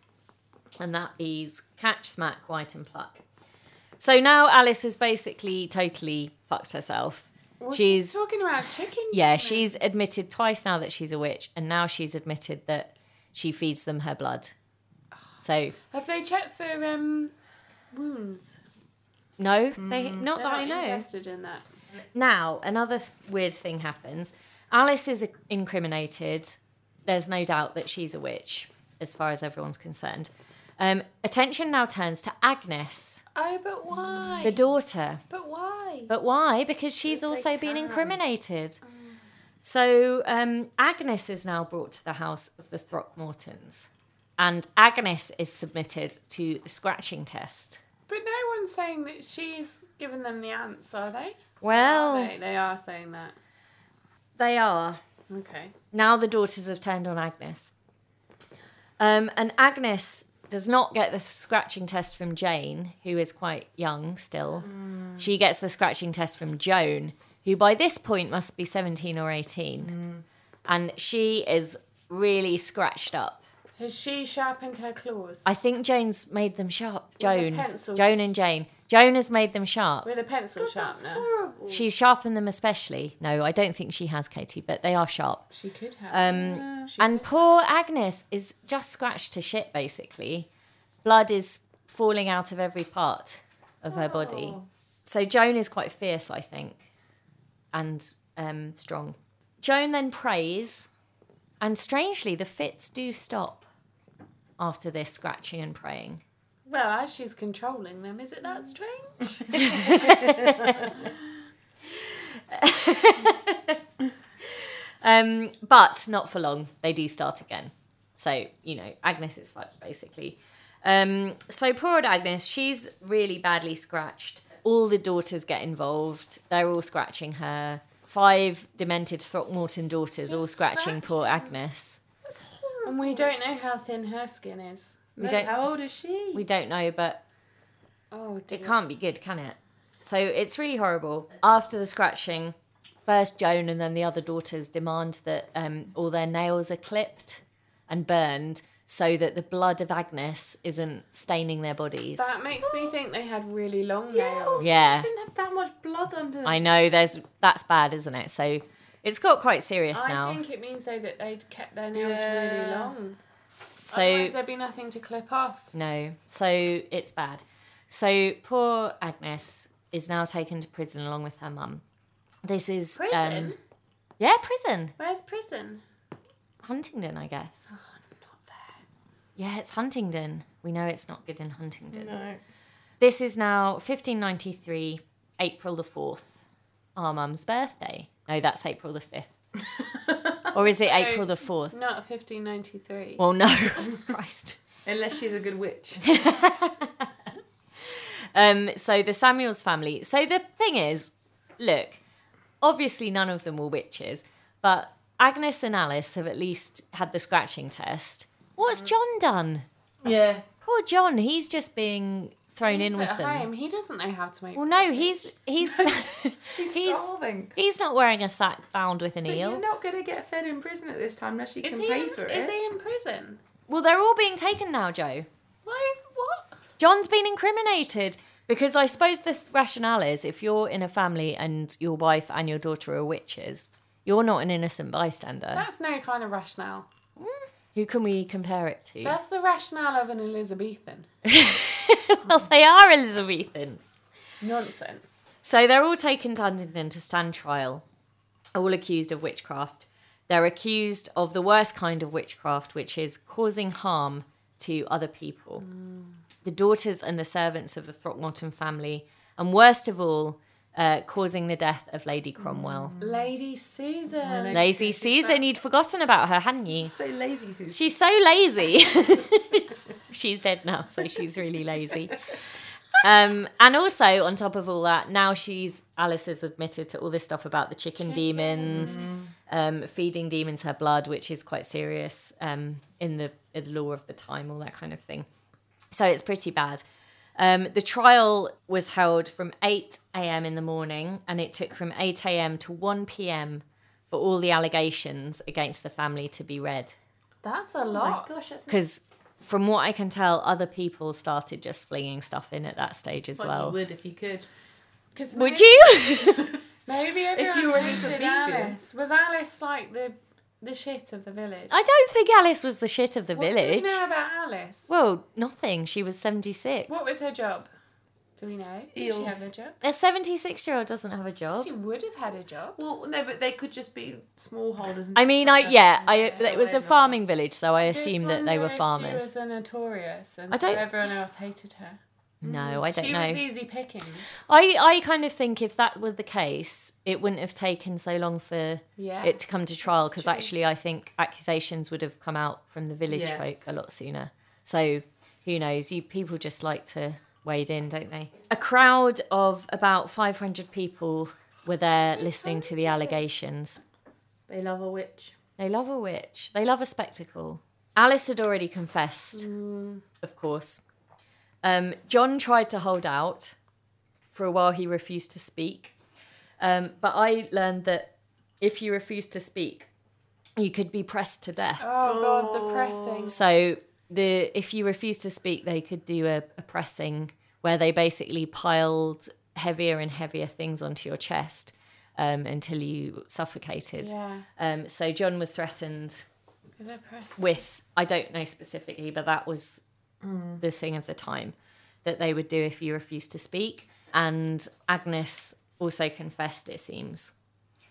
A: and that is Catch, Smack, White, and Pluck. So now Alice has basically totally fucked herself.
B: Well,
A: She's-
B: talking about chicken.
A: Yeah, she's admitted twice now that she's a witch, and now she's admitted that she feeds them her blood. So
B: Have they checked for um wounds?
A: no, Mm. they not
B: They're
A: that
B: not
A: I know.
B: interested in that.
A: Now, another th- weird thing happens. Alice is incriminated. There's no doubt that she's a witch, as far as everyone's concerned. Um, attention now turns to Agnes,
B: Oh, but why?
A: the daughter.
B: but why?
A: But why? Because she's
C: Because they
A: also been
C: can.
A: incriminated. So um, Agnes is now brought to the house of the Throckmortons, and Agnes is submitted to the scratching test.
B: But no one's saying that she's given them the ants, are they?
A: Well,
B: Are they? they are saying that.
A: they are.
B: Okay.
A: Now the daughters have turned on Agnes. Um, and Agnes does not get the scratching test from Jane, who is quite young still.
B: Mm.
A: She gets the scratching test from Joan, who by this point must be 17 or
B: Mm.
A: 18. And she is really scratched up.
B: Has she sharpened her claws?
A: I think Jane's made them sharp.
B: With the
A: Joan.
B: pencils.
A: Joan and Jane. Joan has made them sharp.
B: With a pencil
C: That's
B: sharpener.
C: horrible.
A: She's sharpened them especially. No, I don't think she has, Katie, but they are sharp.
B: She could have.
A: Um,
B: She
A: and poor Agnes is just scratched to shit, basically. Blood is falling out of every part of her body. So Joan is quite fierce, I think, and um, strong. Joan then prays, and strangely, the fits do stop after this scratching and praying.
B: well, as she's controlling them, is it that strange?
A: Um, but not for long. They do start again. So, you know, Agnes is fucked basically. Um, so poor old Agnes, she's really badly scratched. All the daughters get involved. They're all scratching her. Five demented Throckmorton daughters all
B: Just
A: scratching poor
B: scratching.
A: Agnes.
C: That's horrible.
B: And we don't know how thin her skin is.
A: We don't
C: How old is she?
A: we don't know, but
B: Oh, dear.
A: it can't be good, can it? So it's really horrible. After the scratching, first Joan and then the other daughters demand that um, all their nails are clipped and burned so that the blood of Agnes isn't staining their bodies.
B: That makes me think they had really long
C: yeah,
B: nails.
C: also,
A: Yeah.
C: She didn't have that much blood under.
A: I know there's that's bad, isn't it? So it's got quite serious
B: I
A: now.
B: think it means though that they'd kept their nails really
C: Yeah.
B: long.
A: so
B: Otherwise, there'd be nothing to clip off.
A: No. So it's bad. So poor Agnes is now taken to prison along with her mum. This is um,
B: Prison?
A: yeah, prison.
B: Where's prison?
A: Huntingdon, I guess. Yeah, it's Huntingdon. We know it's not good in Huntingdon.
C: No.
A: This is now 1593, April the 4th, our mum's birthday. No, that's April the 5th. or is it April the 4th?
B: Not 1593.
A: Well, no. oh, Christ.
C: Unless she's a good witch.
A: Um, so the Samuels family. So the thing is, look, obviously none of them were witches, but Agnes and Alice have at least had the scratching test.
B: Mm.
A: What's John done?
C: yeah.
A: Poor John, he's just being thrown in with
B: at
A: them.
B: home. He doesn't know how to make.
A: Well, no, he's he's
C: He's,
A: He's-
C: starving.
A: he's not wearing a sack bound with an
C: But
A: eel.
C: you're not going to get fed in prison at this time unless you
B: is
C: can
B: he?
C: pay
B: in,
C: for
B: is
C: it.
B: he in prison?
A: Well, they're all being taken now, Joe.
B: Why is what?
A: John's been incriminated because I suppose the rationale is if you're in a family and your wife and your daughter are witches, you're not an innocent bystander.
B: That's no kind of rationale.
A: Who can we compare it to?
B: That's the rationale of an Elizabethan.
A: well, they are Elizabethans.
B: Nonsense.
A: So they're all taken to Huntingdon to stand trial, all accused of witchcraft. They're accused of the worst kind of witchcraft, which is causing harm to other people. The daughters and the servants of the Throckmorton family, and worst of all, uh, causing the death of Lady Cromwell.
B: Lady Susan.
A: Lazy Susan, you'd forgotten about her, hadn't you?
C: so lazy, Susan.
A: She's so lazy. she's dead now, so she's really lazy. Um, and also, on top of all that, now she's Alice has admitted to all this stuff about the chicken demons, um, feeding demons her blood, which is quite serious um, in the in the law of the time, all that kind of thing. So it's pretty bad. Um, the trial was held from 8 a.m. in the morning, and it took from 8 a.m. to 1 p.m. for all the allegations against the family to be read
B: That's a
C: Oh my
B: lot.
C: gosh, that's
A: because from what I can tell, other people started just flinging stuff in at that stage as
C: like you
A: well.
C: would if you could.
B: Because
A: Would you?
B: Maybe everyone
C: you were
B: hated
C: Elizabethan.
B: Alice. Was Alice like the the shit of the village?
A: I don't think Alice was the shit of the
B: What do
A: village.
B: we know about Alice?
A: Well, nothing. She was 76.
B: What was her job? Do we know? Did she have a
C: Eels.
B: job?
A: a 76 year old doesn't have a job.
B: She would have had a job.
C: Well, no, but they could just be small holders. And
A: I mean, I yeah, I
C: Yeah,
A: it was
C: why
A: a
C: not?
A: farming village, so I
B: Just
A: assume that they
B: wonder
A: were
B: if She was
A: farmers.
B: a notorious, and
A: I don't-
B: so everyone else hated her.
A: No, I don't
B: she
A: know.
B: was easy picking.
A: I I kind of think if that was the case, it wouldn't have taken so long for
B: Yeah.
A: it to come to trial
B: that's
A: because
B: true.
A: actually I think accusations would have come out from the village
C: Yeah.
A: folk a lot sooner. So who knows? You people just like to wade in, don't they? A crowd of about 500 people were there listening to the allegations.
C: they love a witch.
A: They love a witch. They love a spectacle. Alice had already confessed,
B: Mm.
A: of course. Um, John tried to hold out. For a while, he refused to speak. Um, but I learned that if you refused to speak, you could be pressed to death.
B: oh god, the pressing.
A: So the if you refuse to speak, they could do a, a pressing where they basically piled heavier and heavier things onto your chest um, until you suffocated.
B: Yeah,
A: Um, so John was threatened
B: the pressing.
A: with I don't know specifically, but that was the thing of the time that they would do if you refused to speak. And Agnes also confessed, it seems.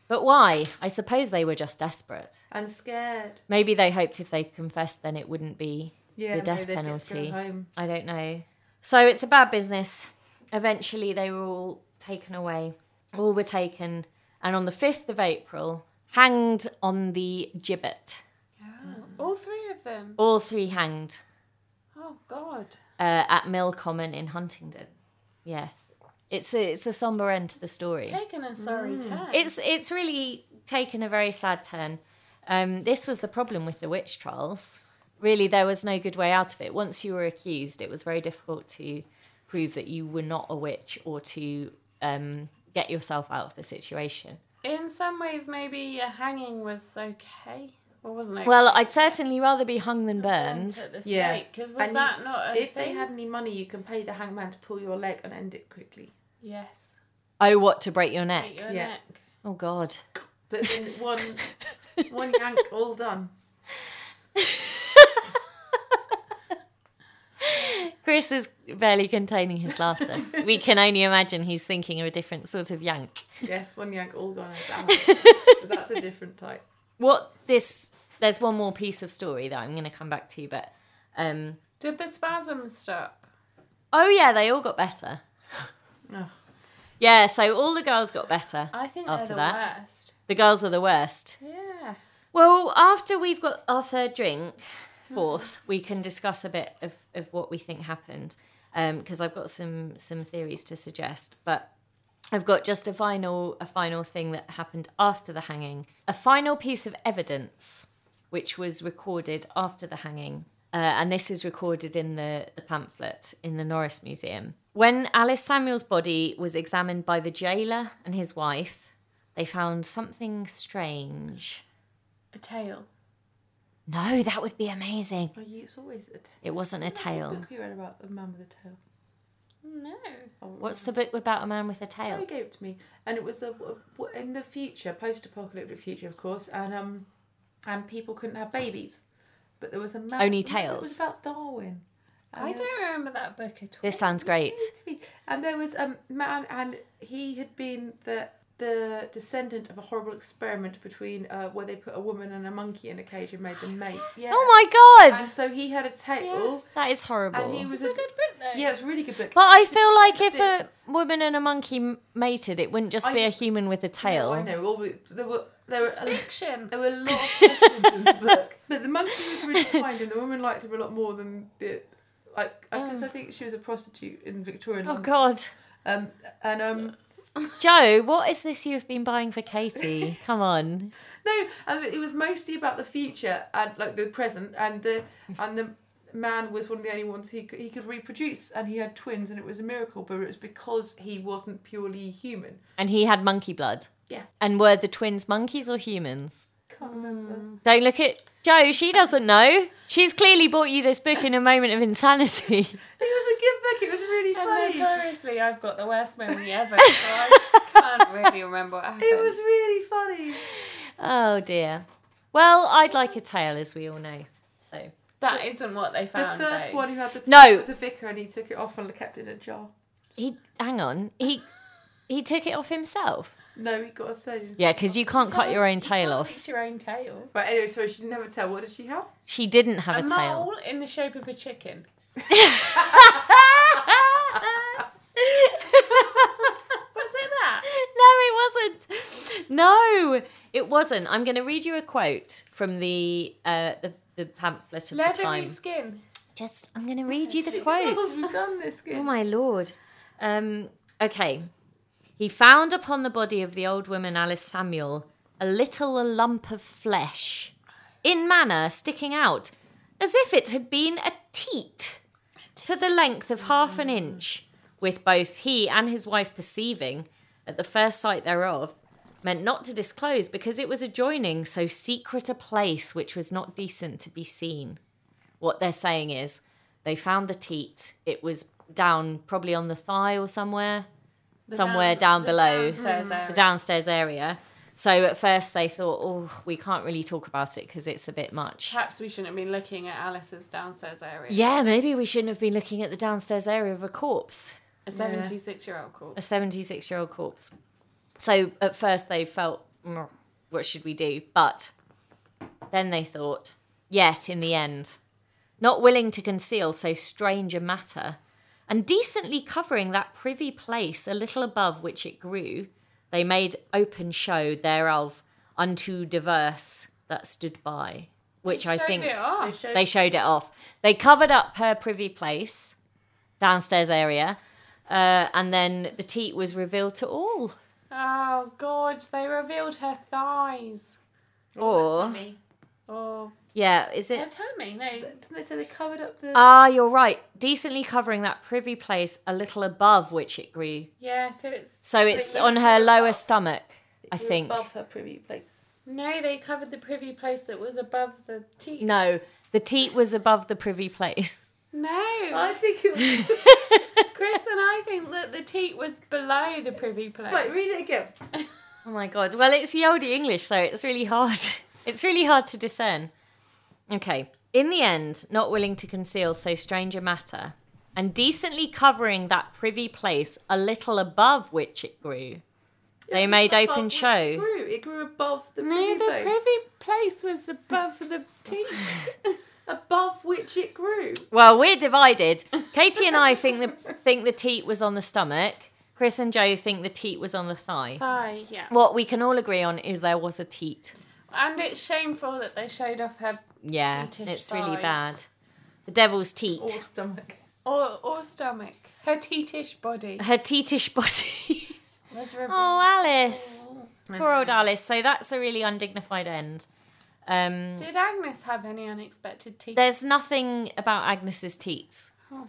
A: But why? I suppose they were just desperate.
C: And scared.
A: Maybe they hoped if they confessed, then it wouldn't be
C: Yeah,
A: the death
C: maybe they'd get to go
A: penalty.
C: home.
A: I don't know. So it's a bad business. Eventually, they were all taken away. All were taken. And on the 5th of April, hanged on the gibbet. Mm.
B: All three of them.
A: All three hanged.
B: Oh god.
A: uh, at Mill Common in Huntingdon. Yes, it's a, it's a somber end to the story.
B: Taken a sorry
C: Mm.
B: turn.
A: It's it's really taken a very sad turn. Um, this was the problem with the witch trials. Really, there was no good way out of it. Once you were accused, it was very difficult to prove that you were not a witch or to um, get yourself out of the situation.
B: In some ways, maybe a hanging was okay, or wasn't it?
A: Well, I'd certainly rather be hung than burned.
B: at the stake,
C: Yeah.
B: because was
C: And
B: that
C: you-
B: not a
C: If they
B: thing?
C: had any money, you can pay the hangman to pull your leg and end it quickly.
B: Yes.
A: Oh, what to break your
B: At
A: neck?
B: your
C: Yeah.
B: neck.
A: Oh God.
C: But then one, one yank, all done.
A: Chris is barely containing his laughter. we can only imagine he's thinking of a different sort of yank.
C: Yes, one yank, all gone. and down. But that's a different type.
A: What this? There's one more piece of story that I'm going to come back to, but um,
B: Did the spasm stop?
A: oh yeah, they all got better.
C: Oh.
A: Yeah, so all the girls got better.
B: I think
A: After
B: they're the
A: that?
B: worst.
A: The girls are the worst.
B: Yeah.
A: Well, after we've got our third drink, forth, we can discuss a bit of, of what we think happened because I've got some some theories to suggest. But I've got just a final a final thing that happened after the hanging, a final piece of evidence which was recorded after the hanging. Uh, and this is recorded in the, the pamphlet in the Norris Museum. When Alice Samuel's body was examined by the jailer and his wife, they found something strange.
B: A tail.
A: No, that would be amazing.
C: Well, Oh, you- it's always a tail.
A: It wasn't a tail.
C: Book you read about the man with a tail.
B: No.
C: Oh,
A: What's the book about a man with a
C: Terry
A: tail?
C: gave it to me, and it was a, a- in the future, post-apocalyptic future, of course, and um, and people couldn't have babies, but there was a man.
A: Only
C: it was- It
A: tails.
C: was about Darwin.
B: I
C: And, uh,
B: don't remember that book at all.
A: This sounds great.
C: it gave it to me. And there was a man, and he had been the the descendant of a horrible experiment between uh, where they put a woman and a monkey in a cage and made them mate. Yeah.
A: Oh my
C: And
A: god!
C: so he had a tail,
A: That is
C: and he
A: horrible.
B: It's
C: was a
B: a good book though.
C: yeah, it was a really good book.
A: But I
C: It's
A: feel like if
C: it's-
A: a woman and a monkey m- mated, it wouldn't just
C: I-
A: be a human with a
C: No, Oh, I
A: tail.
C: know. All the, there were there were
B: It's fiction.
C: there were a lot of questions in the book, but the monkey was really kind, and the woman liked him a lot more than the like. I guess I think she was a prostitute in Victorian.
A: Oh
C: London.
A: god.
C: Um, and um,
A: Joe, what is this you've been buying for Katie? Come on.
C: no, and it was mostly about the future and like the present, and the and the man was one of the only ones he could, he could reproduce, and he had twins, and it was a miracle, but it was because he wasn't purely human.
A: And he had monkey blood.
C: Yeah.
A: And were the twins monkeys or humans?
C: Can't remember.
A: Don't look at Joe, she doesn't know. She's clearly bought you this book in a moment of insanity.
C: It was a good book. It was really funny.
B: And notoriously, I've got the worst memory ever, so I can't really remember what happened.
C: It was really funny.
A: Oh dear. Well, I'd like a tail, as we all know. So
B: that isn't what they
C: The
B: found.
C: first
B: though.
C: one who had the
A: No.
C: tail was a vicar, and he took it off and kept it in a jar.
A: he hang on. He he took it off himself.
C: No, he got a surgeon.
A: Yeah, because you can't cut your own tail off.
B: It's your own tail.
C: Right, anyway, so she didn't have a tail. What did she have?
A: She didn't have
B: a
A: a tail.
B: mole in the shape of a chicken. Was it that?
A: no, it wasn't. No, it wasn't. I'm going to read you a quote from the uh, the, the pamphlet of the
B: Leathery
A: time.
B: skin.
A: Just, I'm going to read you the
C: Because
A: quote.
C: We've done this. Good.
A: Oh my lord. Um, okay. He found upon the body of the old woman Alice Samuel a little lump of flesh, in manner sticking out, as if it had been a teat, to the length of half an inch, with both he and his wife perceiving, at the first sight thereof, meant not to disclose because it was adjoining so secret a place which was not decent to be seen. What they're saying is they found the teat, it was down probably on the thigh or somewhere, somewhere down,
B: the
A: below
B: downstairs area.
A: the downstairs area. So at first they thought, oh, we can't really talk about it because it's a bit much.
B: Perhaps we shouldn't have been looking at Alice's downstairs area.
A: Yeah, maybe we shouldn't have been looking at the downstairs area of a corpse,
B: A 76 year old
A: a
B: corpse.
A: 76 year old corpse. So at first they felt, "Mm, what should we do? But then they thought, yet in the end, not willing to conceal so strange a matter, and decently covering that privy place a little above which it grew, they made open show thereof unto diverse that stood by, which I
B: Showed
A: think
B: it
C: They
B: off.
C: showed-
A: they showed it off. They covered up her privy place, downstairs area, uh, and then the teat was revealed to all.
B: Oh, God. They revealed her thighs. Oh.
A: Or
B: Or
A: yeah, is
B: her
A: it?
B: tummy. No.
C: Didn't they say they covered up the?
A: Ah, you're right. Decently covering that privy place a little above which it grew.
B: Yeah, so it's.
A: So it's
C: you
A: on
C: were
A: her lower
C: above.
A: stomach, I
C: They were
A: think.
C: above her privy place.
B: No, they covered the privy place that was above the teeth.
A: No, the teat was above the privy place.
B: No.
C: I think it was.
B: Chris and I think that the teat was below the privy place.
C: Wait, read it again.
A: Oh my god. Well, it's the oldie English, so it's really hard. It's really hard to discern. Okay. In the end, not willing to conceal so strange a matter, and decently covering that privy place a little above which it grew, they made
C: Above
A: open
C: which It
A: show.
C: grew. It grew above the privy
B: no, the
C: place.
B: privy place was above the teeth.
C: Above which it grew.
A: Well, we're divided. Katie and I think the think the teat was on the stomach. Chris and Joe think the teat was on the thigh.
B: Thigh, yeah.
A: What we can all agree on is there was a teat.
B: And it's shameful that they showed off her
A: Yeah,
B: Teatish
A: it's really
B: thighs.
A: bad. The devil's teat.
C: Or stomach.
B: or or stomach. Her teatish body
A: Her teatish body.
B: was revealed.
A: oh, Alice. Poor old Alice. So that's a really undignified end. Um,
B: Did Agnes have any unexpected teeth?
A: there's nothing about Agnes's teats.
B: Oh.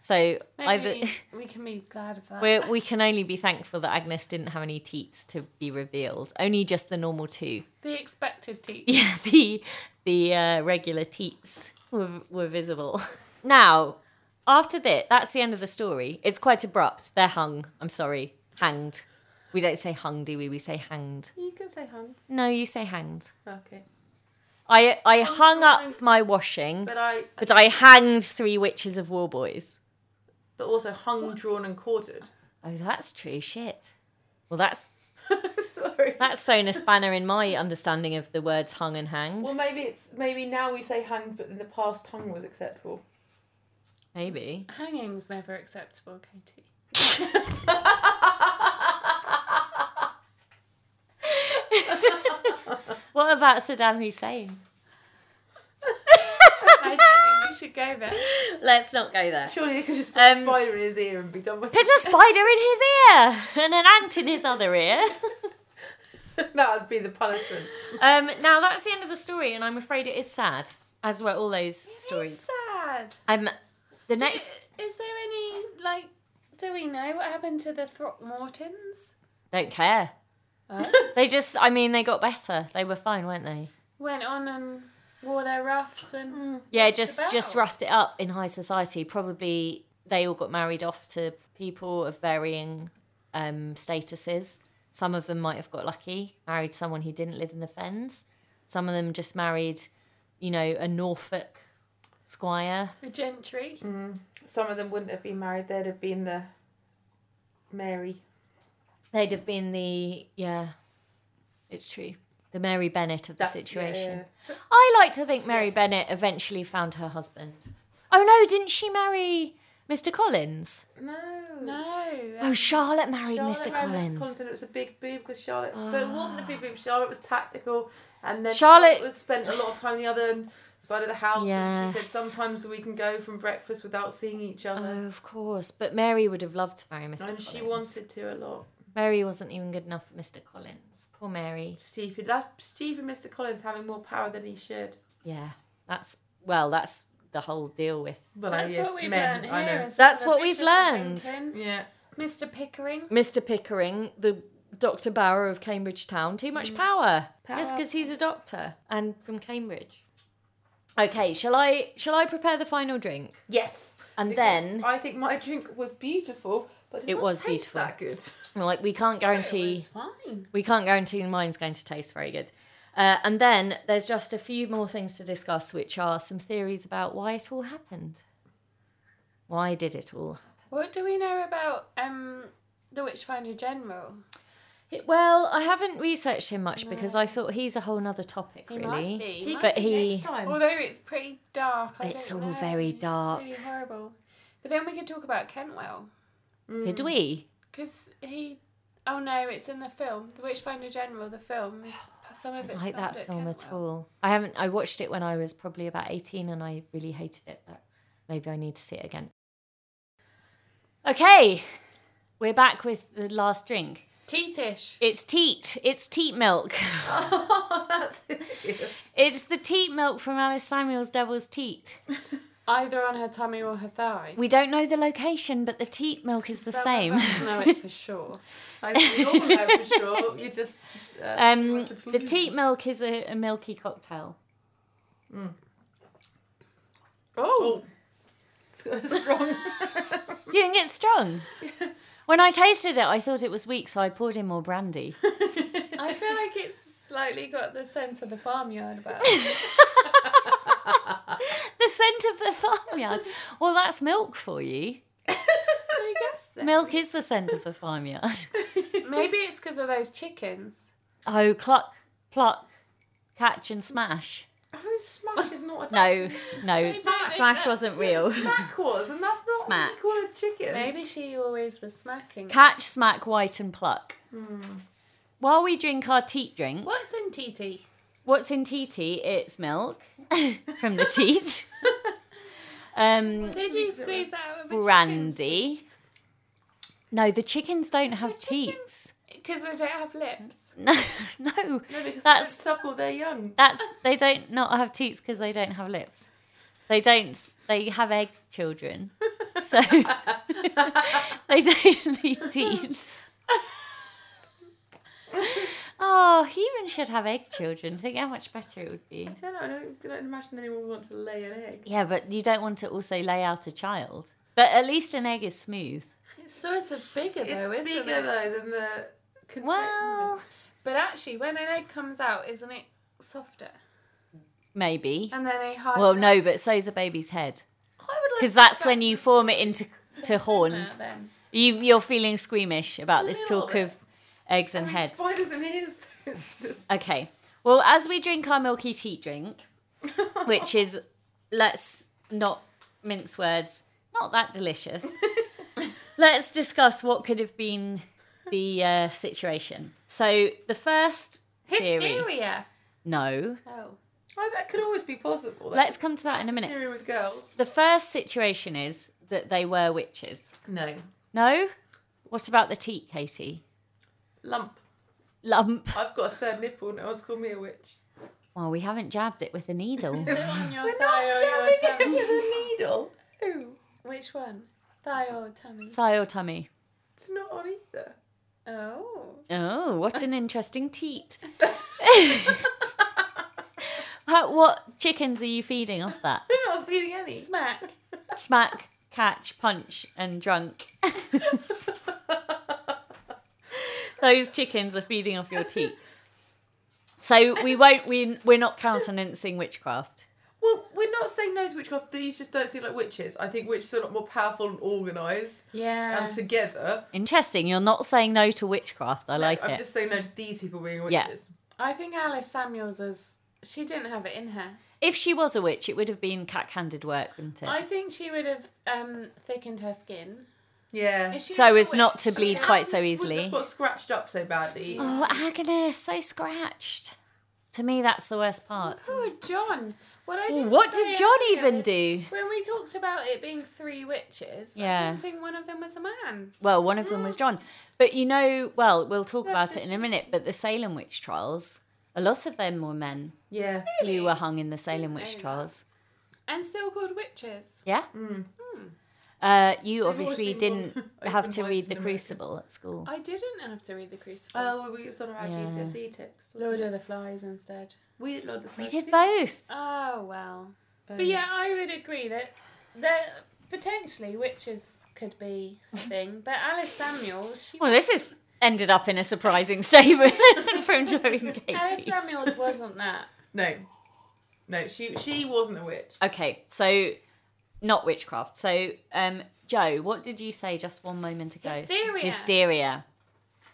A: So either
B: Maybe we can be glad of that.
A: we we can only be thankful that Agnes didn't have any teats to be revealed. Only just the normal two.
B: the expected teeth.
A: Yeah, the the uh, regular teats were, were visible. Now, after that, that's the end of the story. It's quite abrupt. They're hung. I'm sorry, hanged. We don't say hung, do we? We say hanged.
C: You can say hung.
A: No, you say hanged.
C: Okay.
A: I I hung up my washing,
C: But I
A: but I hanged three witches of war boys.
C: but also hung, drawn and quartered.
A: Oh, that's true. Shit. Well, that's
C: Sorry.
A: that's thrown a spanner in my understanding of the words hung and hanged.
C: Well maybe it's maybe now we say hung, but in the past hung was acceptable.
A: Maybe.
B: Hanging's never acceptable, Katie.
A: What about Saddam Hussein?
B: I don't think we should go there.
A: Let's not go there.
C: Surely you could just put a
A: Um,
C: spider in his ear and be done with
A: Put a spider in his ear and an ant in his other ear.
C: it. that would be the punishment.
A: Um, now that's the end of the story, and I'm afraid it is sad, as were all those
B: It's
A: stories.
B: sad.
A: Um, the next,
B: Is there any like? Do we know what happened to the Throckmortons?
A: don't care. They just, I mean, they got better. They were fine, weren't they?
B: Went on and wore their ruffs
C: Mm.
B: and
A: Yeah, just just
B: about?
A: roughed it up in high society. Probably they all got married off to people of varying um, statuses. Some of them might have got lucky, married someone who didn't live in the fens. Some of them just married, you know, a Norfolk squire.
B: the gentry.
C: Mm. Some of them wouldn't have been married, they'd have been the Mary.
A: They'd have been the yeah, it's true. The Mary Bennett of the situation. I like to think Mary Bennett eventually found her husband. Oh no, didn't she marry Mr. Collins?
C: No.
B: No. um,
A: Oh, Charlotte married
C: Um, Charlotte
A: Mr.
C: married
A: Collins. Ah.
C: and it was a big boob because Charlotte, but it wasn't a big boob. Charlotte was tactical, and then
A: Charlotte-
C: was spent a lot of time on the other side of the house. And
A: Yes.
C: she said sometimes we can go from breakfast without seeing each other,
A: Oh, of course. But Mary would have loved to marry Mr.
C: and
A: Collins.
C: she wanted to a lot.
A: Mary wasn't even good enough for Mr. Collins. Poor Mary.
C: Stupid, that's stupid. Mr. Collins having more power than he should.
A: Yeah, that's well, that's the whole deal with.
C: Well,
B: That's
C: yes,
B: what we've
C: men,
B: learned
C: I
B: here.
C: know.
B: is
A: That's
B: from the
A: what we've
B: Bishop of
A: learned.
B: Lincoln,
C: Yeah,
B: Mr. Pickering.
A: Mr. Pickering, the Dr. Bower of Cambridge Town, too much power. Just
C: Mm. Power.
A: because he's a doctor and from Cambridge. Okay, shall I shall I prepare the final drink?
C: yes.
A: And
C: Because
A: then
C: I think my drink was beautiful, but it,
A: It
C: not
A: was
C: taste
A: beautiful.
C: That good.
A: like we can't guarantee
B: It's fine.
A: We can't guarantee mine's going to taste very good. Uh, and then there's just a few more things to discuss, which are some theories about why it all happened. Why did it all?
B: What do we know about um the Witchfinder General?
A: It, well, I haven't researched him much because I thought he's a whole nother topic,
B: He
A: really.
B: might be.
C: He
B: might
A: But
C: could be
A: he-
C: next time.
B: Although it's pretty dark. I
A: Um, It's
B: don't
A: all
B: know.
A: very dark.
B: It's really horrible. But then we could talk about Kentwell.
A: Could we?
B: Because he. Oh no, it's in the film. The Witchfinder General, the film. Is, some of
A: I
B: it's
A: like
B: filmed
A: that
B: at
A: film at
B: Kentwell.
A: all. I haven't. I watched it when I was probably about eighteen, and I really hated it. But maybe I need to see it again. Okay, we're back with the last drink.
B: Teatish.
A: It's teat. It's teat milk.
C: Oh, that's it.
A: It's the teat milk from Alice Samuel's Devil's Teat.
B: Either on her tummy or her thigh.
A: We don't know the location, but the teat milk is the same.
B: know it for sure.
C: I think we all know for sure. You just uh,
A: Um,
C: Such
A: the
C: a delusion.
A: teat milk is a, a milky cocktail.
C: Oh, it's got a strong.
A: Do you think it's strong? When I tasted it, I thought it was weak, so I poured in more brandy.
B: I feel like it's slightly got the sense of the farmyard about it.
A: The scent of the farmyard. Well, that's milk for you.
C: I guess.
A: Milk is the scent of the farmyard.
B: Maybe it's because of those chickens.
A: Oh, cluck, pluck, catch, and smash.
C: I mean, smack is not a
A: No, no,
C: that-
A: smash
C: that-
A: wasn't real.
C: smack was, and that's not
A: Smack.
C: what you call a chicken.
B: Maybe she always was smacking.
A: Mm. Catch, smack, white, and pluck. While we drink our teat drink,
B: What's in TT?
A: What's in tea tea? It's milk from the teat. um,
B: Did you squeeze out of a
A: brandy. No, the chickens don't have teats.
B: Because they don't have lips.
A: No, no,
C: No,
A: That's-
C: because they don't suckle their young.
A: that's they don't not have teats because they don't have lips. They don't. They have egg children, so they don't need teats. oh, humans should have egg children. Think how much better it would be.
C: I don't know. I don't, I don't imagine anyone would want to lay an egg.
A: Yeah, but you don't want to also lay out a child. But at least an egg is smooth.
B: It's sort of bigger
C: It's
B: though, isn't
C: bigger
B: it?
C: though than the. Content.
A: Well,
B: But actually, when an egg comes out, isn't it softer?
A: maybe.
B: And then they hide.
A: Well, no, but so's a baby's head
C: I would like
A: because
C: to
A: that's
C: suck
A: when you form it into to horns.
C: Then.
A: You, you're feeling squeamish about this
C: little
A: talk
C: bit.
A: of eggs and
C: I mean,
A: heads.
C: Spiders and ears. It's just
A: Okay. Well, as we drink our milky tea drink, which is let's not mince words, not that delicious. let's discuss what could have been the uh, situation. So the first theory,
B: Hysteria.
A: no.
B: Oh.
C: Oh, that could always be possible. That
A: Let's come to that in a minute.
C: theory with girls.
A: The first situation is that they were witches.
C: No.
A: No. What about the teat, Katie?
C: Lump.
A: Lump.
C: I've got a third nipple. No one's called me a witch.
A: Well, we haven't jabbed it with a needle.
B: On your
C: We're not
B: thigh or your
C: jabbing
B: tummy.
C: it with a needle. No.
B: Which one? Thigh or tummy?
A: Thigh or tummy?
C: It's not on either.
B: Oh.
A: Oh, what an interesting teat. How, what chickens are you feeding off that?
C: I'm not feeding any.
B: Smack.
A: Smack, catch, punch, and drunk. Those chickens are feeding off your teat. So we won't. We we're not countenancing witchcraft.
C: Well, we're not saying no to witchcraft. These just don't seem like witches. I think witches are a lot more powerful and organised
B: Yeah.
C: and together.
A: Interesting. You're not saying no to witchcraft. I like
C: I'm
A: it.
C: just saying no to these people being witches.
A: Yeah.
B: I think Alice Samuels is. She didn't have it in her.
A: If she was a witch, it would have been cack-handed work, wouldn't it?
B: I think she would have um, thickened her skin.
C: Yeah.
B: Is she
A: so
B: a
A: as not
B: witch?
A: to bleed
B: Yeah.
A: quite so
C: Wouldn't
A: easily.
C: have got scratched up so badly.
A: Oh, Agnes, so scratched. To me, that's the worst part.
B: Poor John. What, Oh, I
A: Ooh,
B: didn't
A: what
B: say
A: did John
B: earlier
A: even
B: is
A: do?
B: When we talked about it being three witches, I
A: Yeah.
B: didn't think one of them was a man.
A: Well, one of them was John. But you know, well, we'll talk about
C: just-
A: it in a minute, but the Salem witch trials, a lot of them were men
C: Yeah.
A: who were hung in the Salem witch
B: know that.
A: trials.
B: And still called witches.
A: Yeah? Uh, you obviously
C: Hmm. always been
A: didn't
C: more
A: have to
C: open-minded
A: read
C: in
A: The
C: America.
A: Crucible at school.
B: I didn't have to read the Crucible.
C: Oh, well, we was on our
A: Yeah.
C: GCSE text. E wasn't
B: Lord
C: it?
B: of the Flies instead.
C: We did Lord of the
A: We
C: Flies
A: did
C: too.
A: both.
B: Oh well.
C: Um,
B: But yeah, I would agree that that potentially witches could be a thing. But Alice Samuels, she
A: Well, this has ended up in a surprising statement from Joey and
B: Alice
A: Katie.
B: Samuels wasn't that.
C: No. No, she she wasn't a witch.
A: Okay, so not witchcraft. So, um, Joe, what did you say just one moment ago?
B: Hysteria.
A: Hysteria.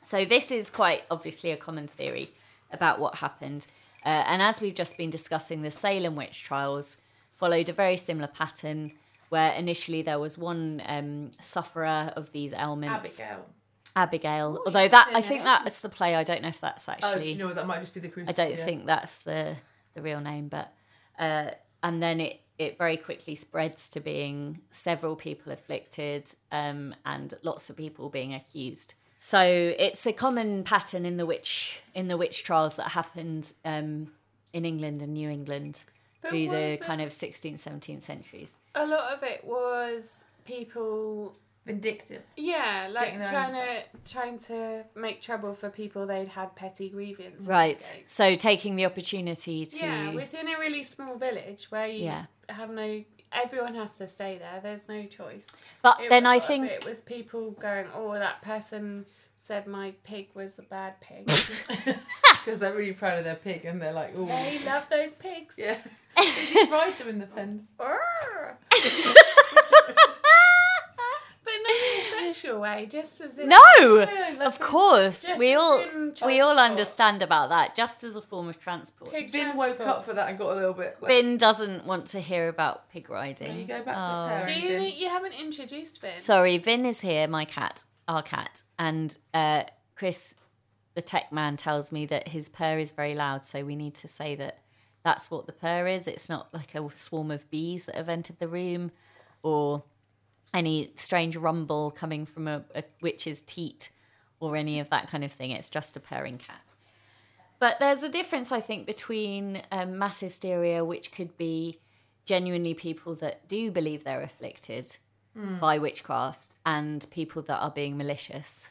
A: So, this is quite obviously a common theory about what happened. Uh, and as we've just been discussing, the Salem witch trials followed a very similar pattern where initially there was one um, sufferer of these ailments,
C: Abigail. Oh,
A: Abigail.
B: Ooh,
A: Although that, I
B: interesting
A: think
B: name.
A: that's the play. I don't know if that's
C: Oh, do
A: actually.
C: you know what? That might just be the crucible.
A: I don't
C: yeah.
A: think that's the the real name, but uh, and then it it very quickly spreads to being several people afflicted um, and lots of people being accused. So it's a common pattern in the witch in the witch trials that happened um, in England and New England
B: But
A: through the
B: wasn't-
A: kind of 16th, 17th centuries.
B: A lot of it was people.
C: Vindictive.
B: Yeah, like
C: Getting their
B: trying
C: own
B: to trying to make trouble for people they'd had petty grievances.
A: Right.
B: against.
A: So taking the opportunity to
B: Yeah, within a really small village where you
A: Yeah.
B: have no. Everyone has to stay there. There's no choice.
A: but
B: It
A: then
B: was-
A: I think
B: it was people going, "Oh, that person said my pig was a bad pig."
C: Because they're really proud of their pig and they're like, oh.
B: they love those pigs.
C: Yeah. they did ride them in the fence.
B: Arr. but not in a sexual way, just as in
A: No,
C: I love
A: of course.
B: Just
A: We all
B: in
A: we all
B: transport.
A: understand about that. Just as a form of transport,
B: Pig
C: Vin woke
B: transport.
C: up for that and got a little bit like,
A: Bin doesn't want to hear about pig riding.
C: There you go, back to
A: Oh.
B: Do
C: parent,
B: you
C: Vin.
B: you haven't introduced Vin?
A: Sorry, Vin is here, my cat, our cat, and uh, Chris the tech man tells me that his purr is very loud, so we need to say that that's what the purr is. It's not like a swarm of bees that have entered the room or any strange rumble coming from a, a witch's teat or any of that kind of thing. It's just a purring cat. But there's a difference, I think, between um, mass hysteria, which could be genuinely people that do believe they're afflicted by witchcraft, and people that are being malicious.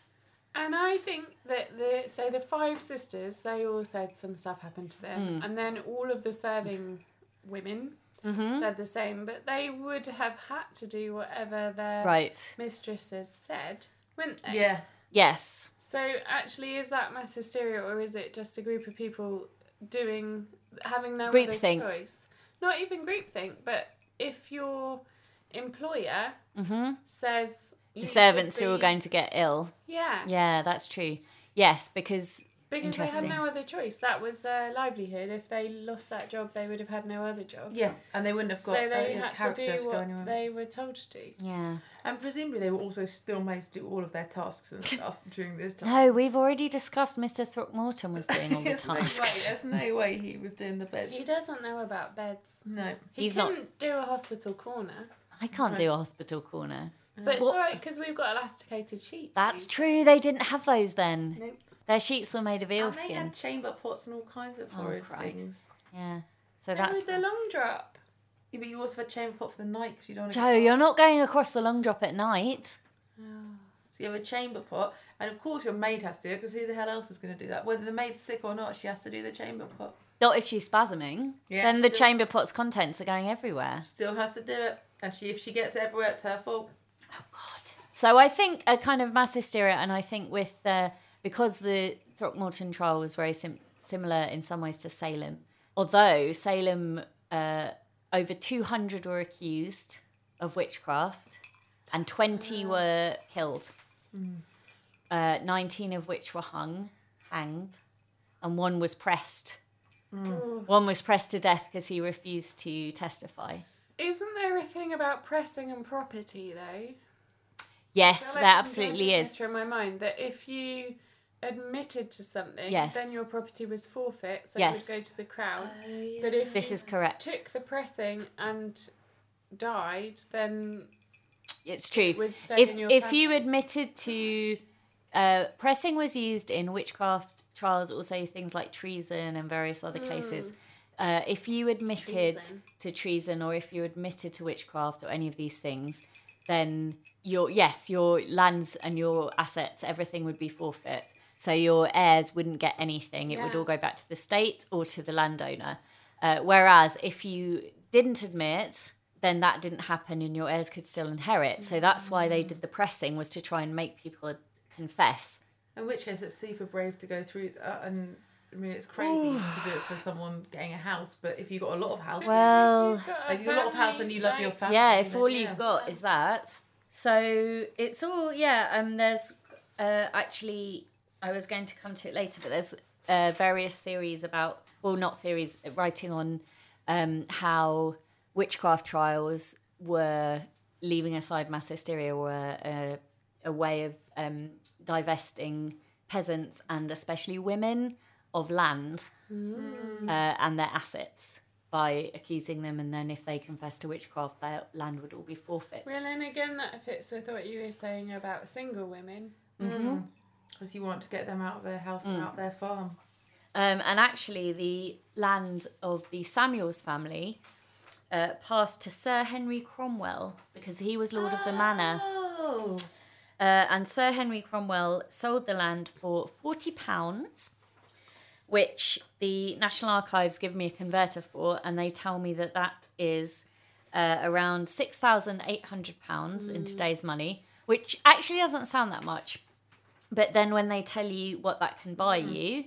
B: And I think that the so the five sisters, they all said some stuff happened to
C: Hmm.
B: them, and then all of the serving women
C: Mm-hmm.
B: said the same. But they would have had to do whatever their
A: Right.
B: mistresses said, wouldn't they?
C: Yeah.
A: Yes.
B: So actually, is that mass hysteria, or is it just a group of people doing having no other
A: Groupthink.
B: choice? Not even groupthink, but if your employer says
A: Mm-hmm. The servants are all going to get ill.
B: yeah
A: Yeah, that's true. Yes, because
B: Because they had
A: Interesting.
B: no other choice. That was their livelihood. If they lost that job, they would have had no other job.
C: Yeah, and they wouldn't have
B: So
C: got
B: they
C: uh,
B: had to
C: characters
B: do
C: going
B: what
C: around.
B: they were told to do.
A: yeah.
C: And presumably they were also still made to do all of their tasks and stuff during this time.
A: No, we've already discussed Mr. Throckmorton was doing all the
C: There's no way-
A: tasks.
C: There's no way he was doing the beds.
B: He doesn't know about beds.
C: No.
B: He
A: He's not-
B: couldn't do a hospital corner.
A: I can't do a hospital corner.
B: But it's
A: What-
B: alright because we've got elasticated sheets.
A: That's true. They didn't have those then.
B: Nope.
A: Their sheets were made of eel
C: And they
A: skin. Oh,
C: had chamber pots and all kinds of horrid
A: Christ.
C: things.
A: Yeah. So that's
B: That's the long drop.
C: Yeah, but you also had chamber pot for the night because you don't want to
A: Joe. You're not going across the long drop at night.
C: So you have a chamber pot, and of course your maid has to do it because who the hell else is going to do that? Whether the maid's sick or not, she has to do the chamber pot.
A: Not if she's spasming.
C: Yeah,
A: then the
C: sure.
A: chamber pot's contents are going everywhere.
C: Still has to do it, and she if she gets it everywhere, it's her fault.
A: God. So I think a kind of mass hysteria, and I think with the because the Throckmorton trial was very sim- similar in some ways to Salem, although Salem uh, over two hundred were accused of witchcraft, and twenty were killed. Uh, Nineteen of which were hung, hanged, and one was pressed. One was pressed to death because he refused to testify.
B: Isn't there a thing about pressing and property though?
A: Yes,
B: Well,
A: there
B: I've been
A: absolutely
B: judging
A: is.
B: this From my mind, that if you admitted to something,
A: Yes.
B: then your property was forfeit, so
A: Yes. Oh,
B: it would go to the crown. But if
A: This
B: you
A: is correct.
B: took the pressing and died, then
A: It's true.
B: would stay
A: If
B: in your
A: if you
B: family.
A: admitted to uh, pressing was used in witchcraft trials, also things like treason and various other cases. Uh, if you admitted
B: Treason.
A: to treason or if you admitted to witchcraft or any of these things, then your yes, your lands and your assets, everything would be forfeit. So your heirs wouldn't get anything. It would
B: Yeah.
A: all go back to the state or to the landowner. Uh, whereas if you didn't admit, then that didn't happen, and your heirs could still inherit. So that's why
B: Mm.
A: they did the pressing was to try and make people confess.
C: In which case, it's super brave to go through that. And I mean, it's crazy to do it for someone getting a house, but if you got a lot of houses,
A: Well,
C: if you got a lot of house and you love your family,
A: yeah. If
C: then
A: all
C: yeah.
A: you've got is that, so it's all yeah. Um, there's uh, actually I was going to come to it later, but there's uh, various theories about well, not theories, writing on um, how witchcraft trials were leaving aside mass hysteria were a, a way of um, divesting peasants and especially women of land uh, and their assets by accusing them, and then if they confessed to witchcraft, their land would all be forfeit.
B: Well, and again, that fits with what you were saying about single women.
C: because you want to get them out of their house
A: Mm.
C: and out their farm.
A: Um, and actually, the land of the Samuels family uh, passed to Sir Henry Cromwell because he was Lord of the Manor.
C: Oh,
A: Uh, and Sir Henry Cromwell sold the land for £40, which the National Archives give me a converter for, and they tell me that that is uh, around £6,800 in today's money, which actually doesn't sound that much. But then when they tell you what that can buy you,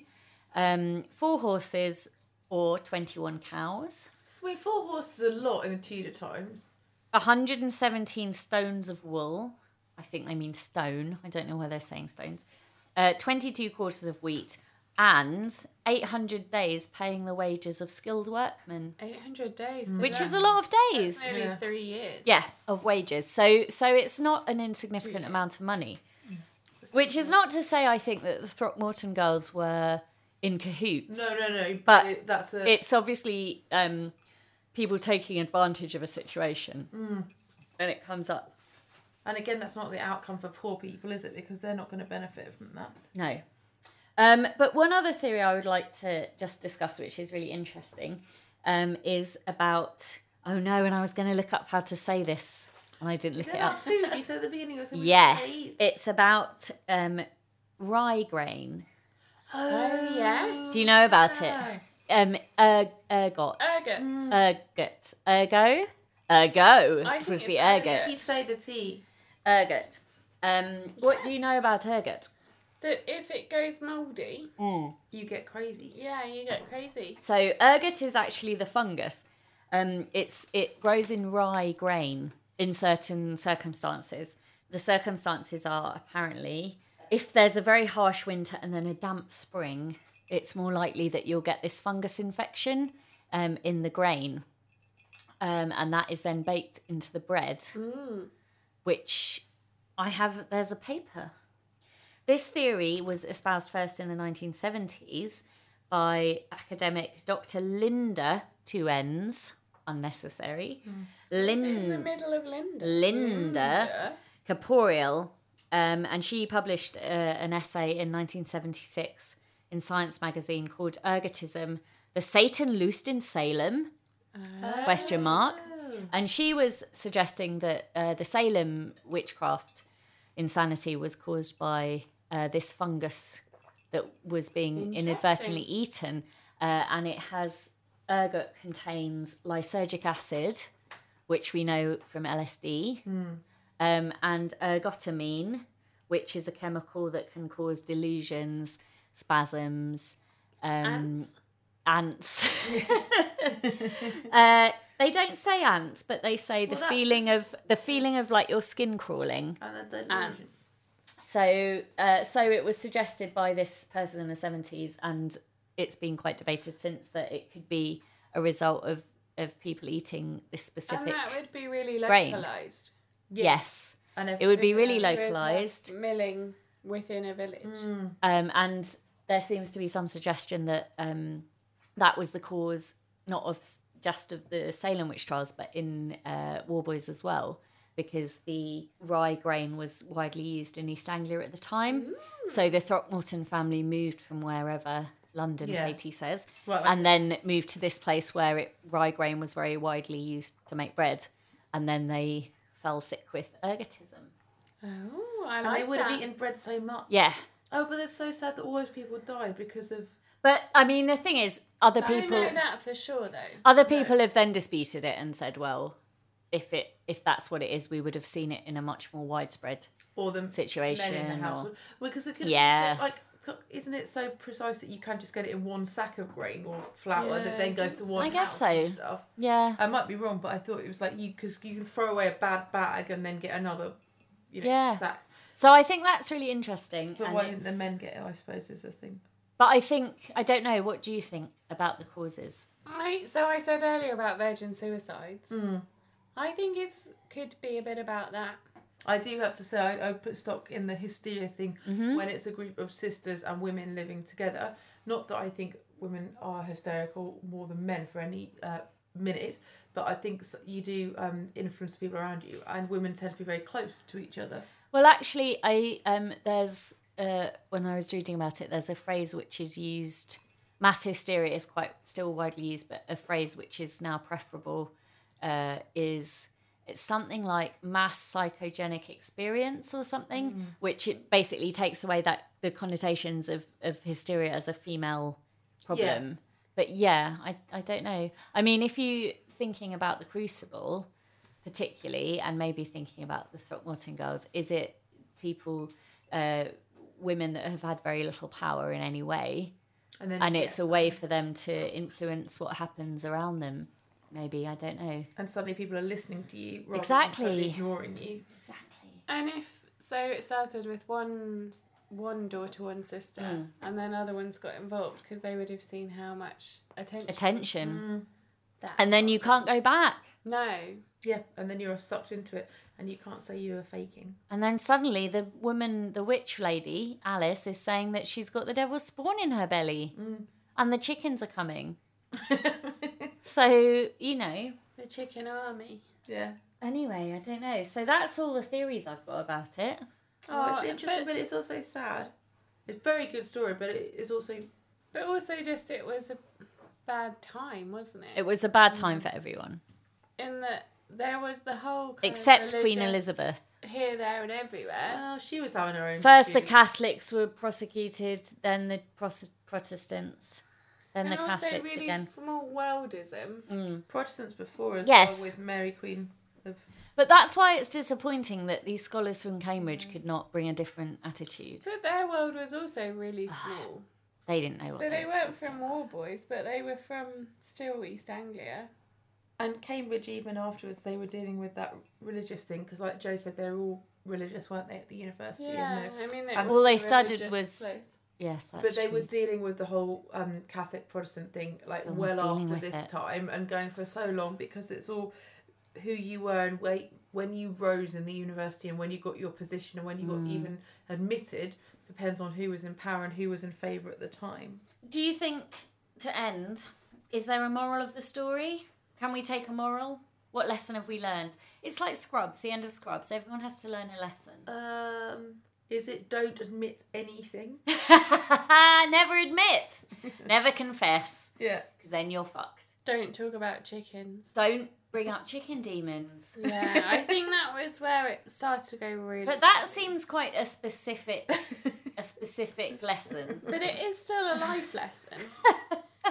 A: um, four horses or 21 cows,
C: I mean, four horses is a lot in the Tudor times.
A: 117 stones of wool. I think they mean stone. I don't know why they're saying stones. Uh, 22 quarters of wheat and 800 days paying the wages of skilled workmen,
B: 800 days. so
A: which is
B: that's
A: a lot of days.
B: Nearly
C: Yeah.
B: three years.
A: Yeah, of wages. So so it's not an insignificant amount of money.
C: It's was.
A: Which is not to say I think that the Throckmorton girls were in cahoots.
C: No, no, no.
A: But
C: it- that's a.
A: It's obviously um, people taking advantage of a situation.
C: Mm.
A: And it comes up.
C: and again, that's not the outcome for poor people, is it? Because they're not going to benefit from that.
A: No. Um, but one other theory I would like to just discuss, which is really interesting, um, is about. Oh no, and I was going to look up how to say this, and I didn't look it
C: They're
A: up.
C: not food. You said at the beginning. You said we
A: Yes,
C: ate.
A: it's about um, rye grain.
B: Oh, yes.
A: Do you know about
B: Oh,
A: it? Um, er, ergot.
B: Ergot.
A: Mm. Ergot. Ergo? Ergo
B: I
A: it
B: think
A: was the
B: it's
C: He
A: ergot.
B: ergot.
C: say the tea.
A: Ergot. Um, what do you know about ergot?
B: That if it goes mouldy,
C: You get crazy.
B: yeah, you get crazy.
A: So ergot is actually the fungus. Um, it's it grows in rye grain in certain circumstances. The circumstances are apparently if there's a very harsh winter and then a damp spring, it's more likely that you'll get this fungus infection um, in the grain, um, and that is then baked into the bread, which I have. There's a paper. This theory was espoused first in the 1970s by academic Dr. Linda, two N's, unnecessary,
B: In the
A: Lin-
B: middle of Linda.
A: Linda
B: Yeah.
A: Caporiel, um, and she published uh, an essay in 1976 in Science magazine called Ergotism, the Satan Loosed in Salem, question
C: Oh.
A: mark. And she was suggesting that uh, the Salem witchcraft insanity was caused by uh, this fungus that was being inadvertently eaten, uh, and it has ergot contains lysergic acid, which we know from LSD, um, and ergotamine, which is a chemical that can cause delusions, spasms, um,
B: Ants.
A: ants. uh, they don't say ants, but they say the
C: Well, that's-
A: feeling of the feeling of like your skin crawling.
C: And the
B: Ants.
C: delusion.
A: So, uh, so it was suggested by this person in the seventies, and it's been quite debated since that it could be a result of of people eating this
B: And
A: specific.
B: that would be really
A: grain.
B: localised.
A: yes,
C: And
A: it would be
C: everything
A: really
C: else.
B: With, like,
A: localised,
B: Milling within a village.
A: um, and there seems to be some suggestion that um, that was the cause, not of s- just of the Salem witch trials, but in uh, War Boys as well, because the rye grain was widely used in East Anglia at the time. So the Throckmorton family moved from wherever London,
C: Yeah.
A: Katie says,
C: Well, that's
A: and then moved to this place where it, rye grain was very widely used to make bread, and then they fell sick with ergotism.
B: Oh, I
C: And
B: like
C: they would have
B: that.
C: eaten bread so much.
A: Yeah.
C: Oh, but it's so sad that all those people died because of.
A: But I mean, the thing is, other people.
B: I know that for sure, though.
A: Other people have then disputed it and said, well, if it if that's what it is, we would have seen it in a much more widespread
C: Or them
A: situation.
C: men in the
A: or-
C: house. Well, because it's gonna,
A: Yeah.
C: like isn't it so precise that you can just get it in one sack of grain or flour
B: Yeah,
C: that then
B: I
C: goes
B: guess
C: to one
A: I guess
C: house and
A: so.
C: stuff?
A: yeah.
C: I might be wrong, but I thought it was like you because you can throw away a bad bag and then get another, you know,
A: Yeah.
C: sack.
A: So I think that's really interesting.
C: But
A: and
C: why didn't the
A: it's-
C: men get it? I suppose is the thing.
A: But I think I don't know. What do you think about the causes?
B: I, so I said earlier about virgin suicides.
A: Mm.
B: I think it's could be a bit about that.
C: I do have to say I, I put stock in the hysteria thing
A: Mm-hmm.
C: when it's a group of sisters and women living together. Not that I think women are hysterical more than men for any uh, minute, but I think s- you do um, influence people around you, and women tend to be very close to each other.
A: Well, actually, I um, there's uh, when I was reading about it, there's a phrase which is used. Mass hysteria is quite still widely used, but a phrase which is now preferable uh, is it's something like mass psychogenic experience or something, which it basically takes away that the connotations of of hysteria as a female problem. But yeah, I I don't know. I mean, if you thinking about the Crucible, particularly, and maybe thinking about the Throckmorton girls, is it people, uh, women that have had very little power in any way,
C: And then
A: and
C: you
A: it's
C: get-
A: a way for them to influence what happens around them? Maybe I don't know.
C: and suddenly people are listening to you rather
A: Exactly.
C: than totally ignoring you.
A: Exactly.
B: And if so, it started with one one daughter, one sister,
A: Hmm.
B: and then other ones got involved because they would have seen how much attention
A: Mm. Attention.
C: That
A: and then you can't go back.
B: No.
C: Yeah, and then you're sucked into it, and you can't say you are faking.
A: And then suddenly the woman, the witch lady, Alice, is saying that she's got the devil's spawn in her belly and the chickens are coming. so, you know.
B: The chicken army.
C: Yeah.
A: Anyway, I don't know. So that's all the theories I've got about it.
C: Oh, it's
B: Oh,
C: interesting, but,
B: but-
C: it's also sad. It's a very good story, but it is also
B: But also, just it was a bad time, wasn't it?
A: It was a bad time for everyone,
B: In that there was the whole kind of
A: except Queen
B: religious
A: Elizabeth.
B: here, there, and everywhere.
C: well, Uh, she was having her own.
A: First, the
C: issues.
A: Catholics were prosecuted, then the Pros- Protestants, then
B: and
A: the
B: also
A: Catholics
B: really
A: again. Mm.
B: small worldism.
C: Protestants before as
A: Yes.
C: well with Mary Queen of
A: But that's why it's disappointing that these scholars from Cambridge
B: Mm.
A: could not bring a different attitude.
B: But their world was also really small.
A: Ah, They didn't know what
B: so they
A: were
B: weren't from war boys, but they were from still East Anglia.
C: and Cambridge. Even afterwards, they were dealing with that religious thing because, like Joe said, they're all religious, weren't they, at the university? and
B: Yeah,
C: they-
B: I mean, it
C: And-
B: was
A: All they
B: a
A: studied
B: religious
A: was-
B: place.
A: Yes, that's
C: but they
A: true.
C: were dealing with the whole um, Catholic Protestant thing like
A: Everyone was
C: well
A: dealing
C: after
A: with
C: this
A: it.
C: time and going for so long because it's all who you were and wait when you rose in the university and when you got your position and when you
A: Mm.
C: got even admitted depends on who was in power and who was in favour at the time.
A: Do you think to end? Is there a moral of the story? Can we take a moral? What lesson have we learned? It's like Scrubs, the end of Scrubs. Everyone has to learn a lesson.
C: Um, is it don't admit anything?
A: Never admit. Never confess,
C: Yeah.
A: because then you're fucked.
B: Don't talk about chickens.
A: Don't bring up chicken demons.
B: Yeah, I think that was where it started to go really.
A: But that seems quite a specific a specific lesson.
B: But it is still a life lesson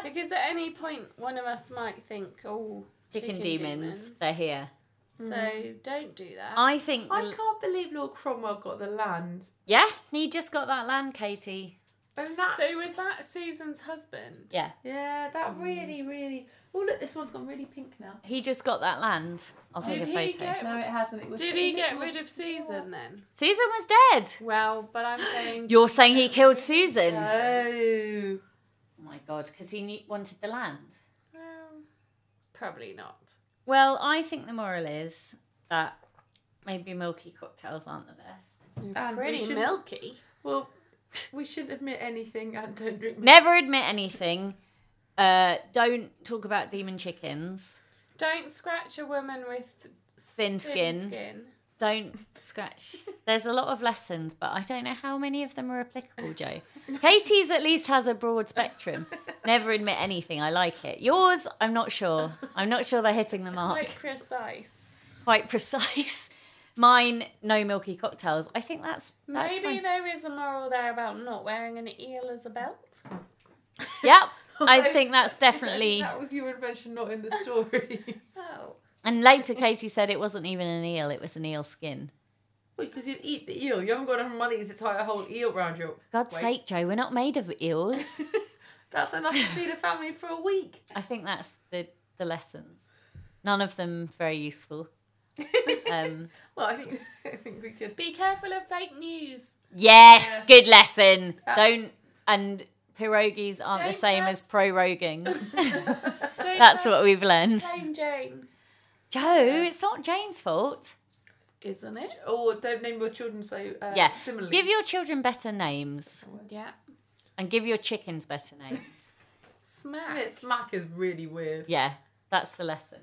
B: because at any point one of us might think, "Oh,
A: Chicken, demons, Mm-hmm. they're here.
B: So don't do that.
A: I think
C: I
A: the-
C: can't believe Lord Cromwell got the land.
A: Yeah, he just got that land, Katie.
C: And
A: Uh,
C: that
B: so was that Susan's husband?
A: Yeah.
C: Yeah, that really, really Oh look, this one's gone really pink now.
A: He just got that land. I'll take
B: Did
A: a
B: he
A: photo.
B: get?
C: No, it hasn't. It was
B: Did he
C: isn't it
B: get
C: not-
B: rid of Susan then?
A: Susan was dead.
B: Well, but I'm saying
A: You're saying he killed Susan?
C: Oh.
A: Oh my god, because he knew- wanted the land.
B: Well, probably not.
A: Well, I think the moral is that maybe milky cocktails aren't the best.
C: And we
B: Pretty
C: should-
B: milky.
C: Well, we shouldn't admit anything and don't drink milk.
A: Never admit anything. Uh, don't talk about demon chickens.
B: Don't scratch a woman with
A: Thin skin.
B: thin skin.
A: Don't scratch. There's a lot of lessons, but I don't know how many of them are applicable, Joe. Katie's at least has a broad spectrum. Never admit anything. I like it. Yours, I'm not sure. I'm not sure they're hitting the mark.
B: Quite precise.
A: Quite precise. Mine, no milky cocktails. I think that's that's
B: Maybe
A: fine.
B: there is a moral there about not wearing an eel as a belt.
A: Yep. I think that's definitely.
C: That was your invention, not in the story.
B: Oh.
A: And later, Katie said it wasn't even an eel; it was an eel skin.
C: Because you'd eat the eel. You haven't got enough money to tie a whole eel round your.
A: God's
C: waist.
A: sake, Joe, we're not made of eels.
C: That's enough to feed a family for a week.
A: I think that's the the lessons. None of them very useful. Um,
C: Well, I think I think we could.
B: Be careful of fake news.
A: yes,
C: Yes.
A: good lesson.
B: Uh,
C: Ah.
A: Don't and pierogies aren't the
B: Don't
A: same as
B: trust-
A: proroguing.
B: Don't
A: That's
B: trust
A: what we've learned.
B: Plain Jane.
A: Joe, it's not Jane's fault.
B: Isn't it?
C: Or don't name your children so uh,
A: Yeah.
C: similarly.
A: Give your children better names
B: Yeah.
A: and give your chickens better names.
B: Smack.
C: Yeah, Smack is really weird.
A: yeah, that's the lesson.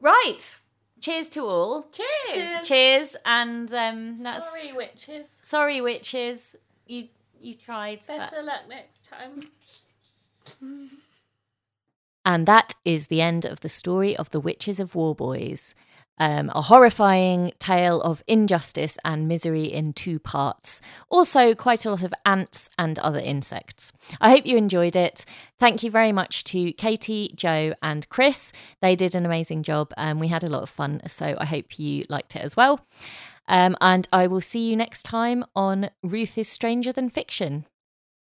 A: Right. Cheers to all.
B: Cheers.
A: Cheers and um that's
B: Sorry, witches.
A: Sorry, witches. You you tried. but-
B: Better luck next time.
A: And that is the end of the story of the Witches of Warboys, um, a horrifying tale of injustice and misery in two parts. Also, quite a lot of ants and other insects. I hope you enjoyed it. Thank you very much to Katie, Joe, and Chris. They did an amazing job and we had a lot of fun, so I hope you liked it as well. Um, and I will see you next time on Ruth is Stranger Than Fiction.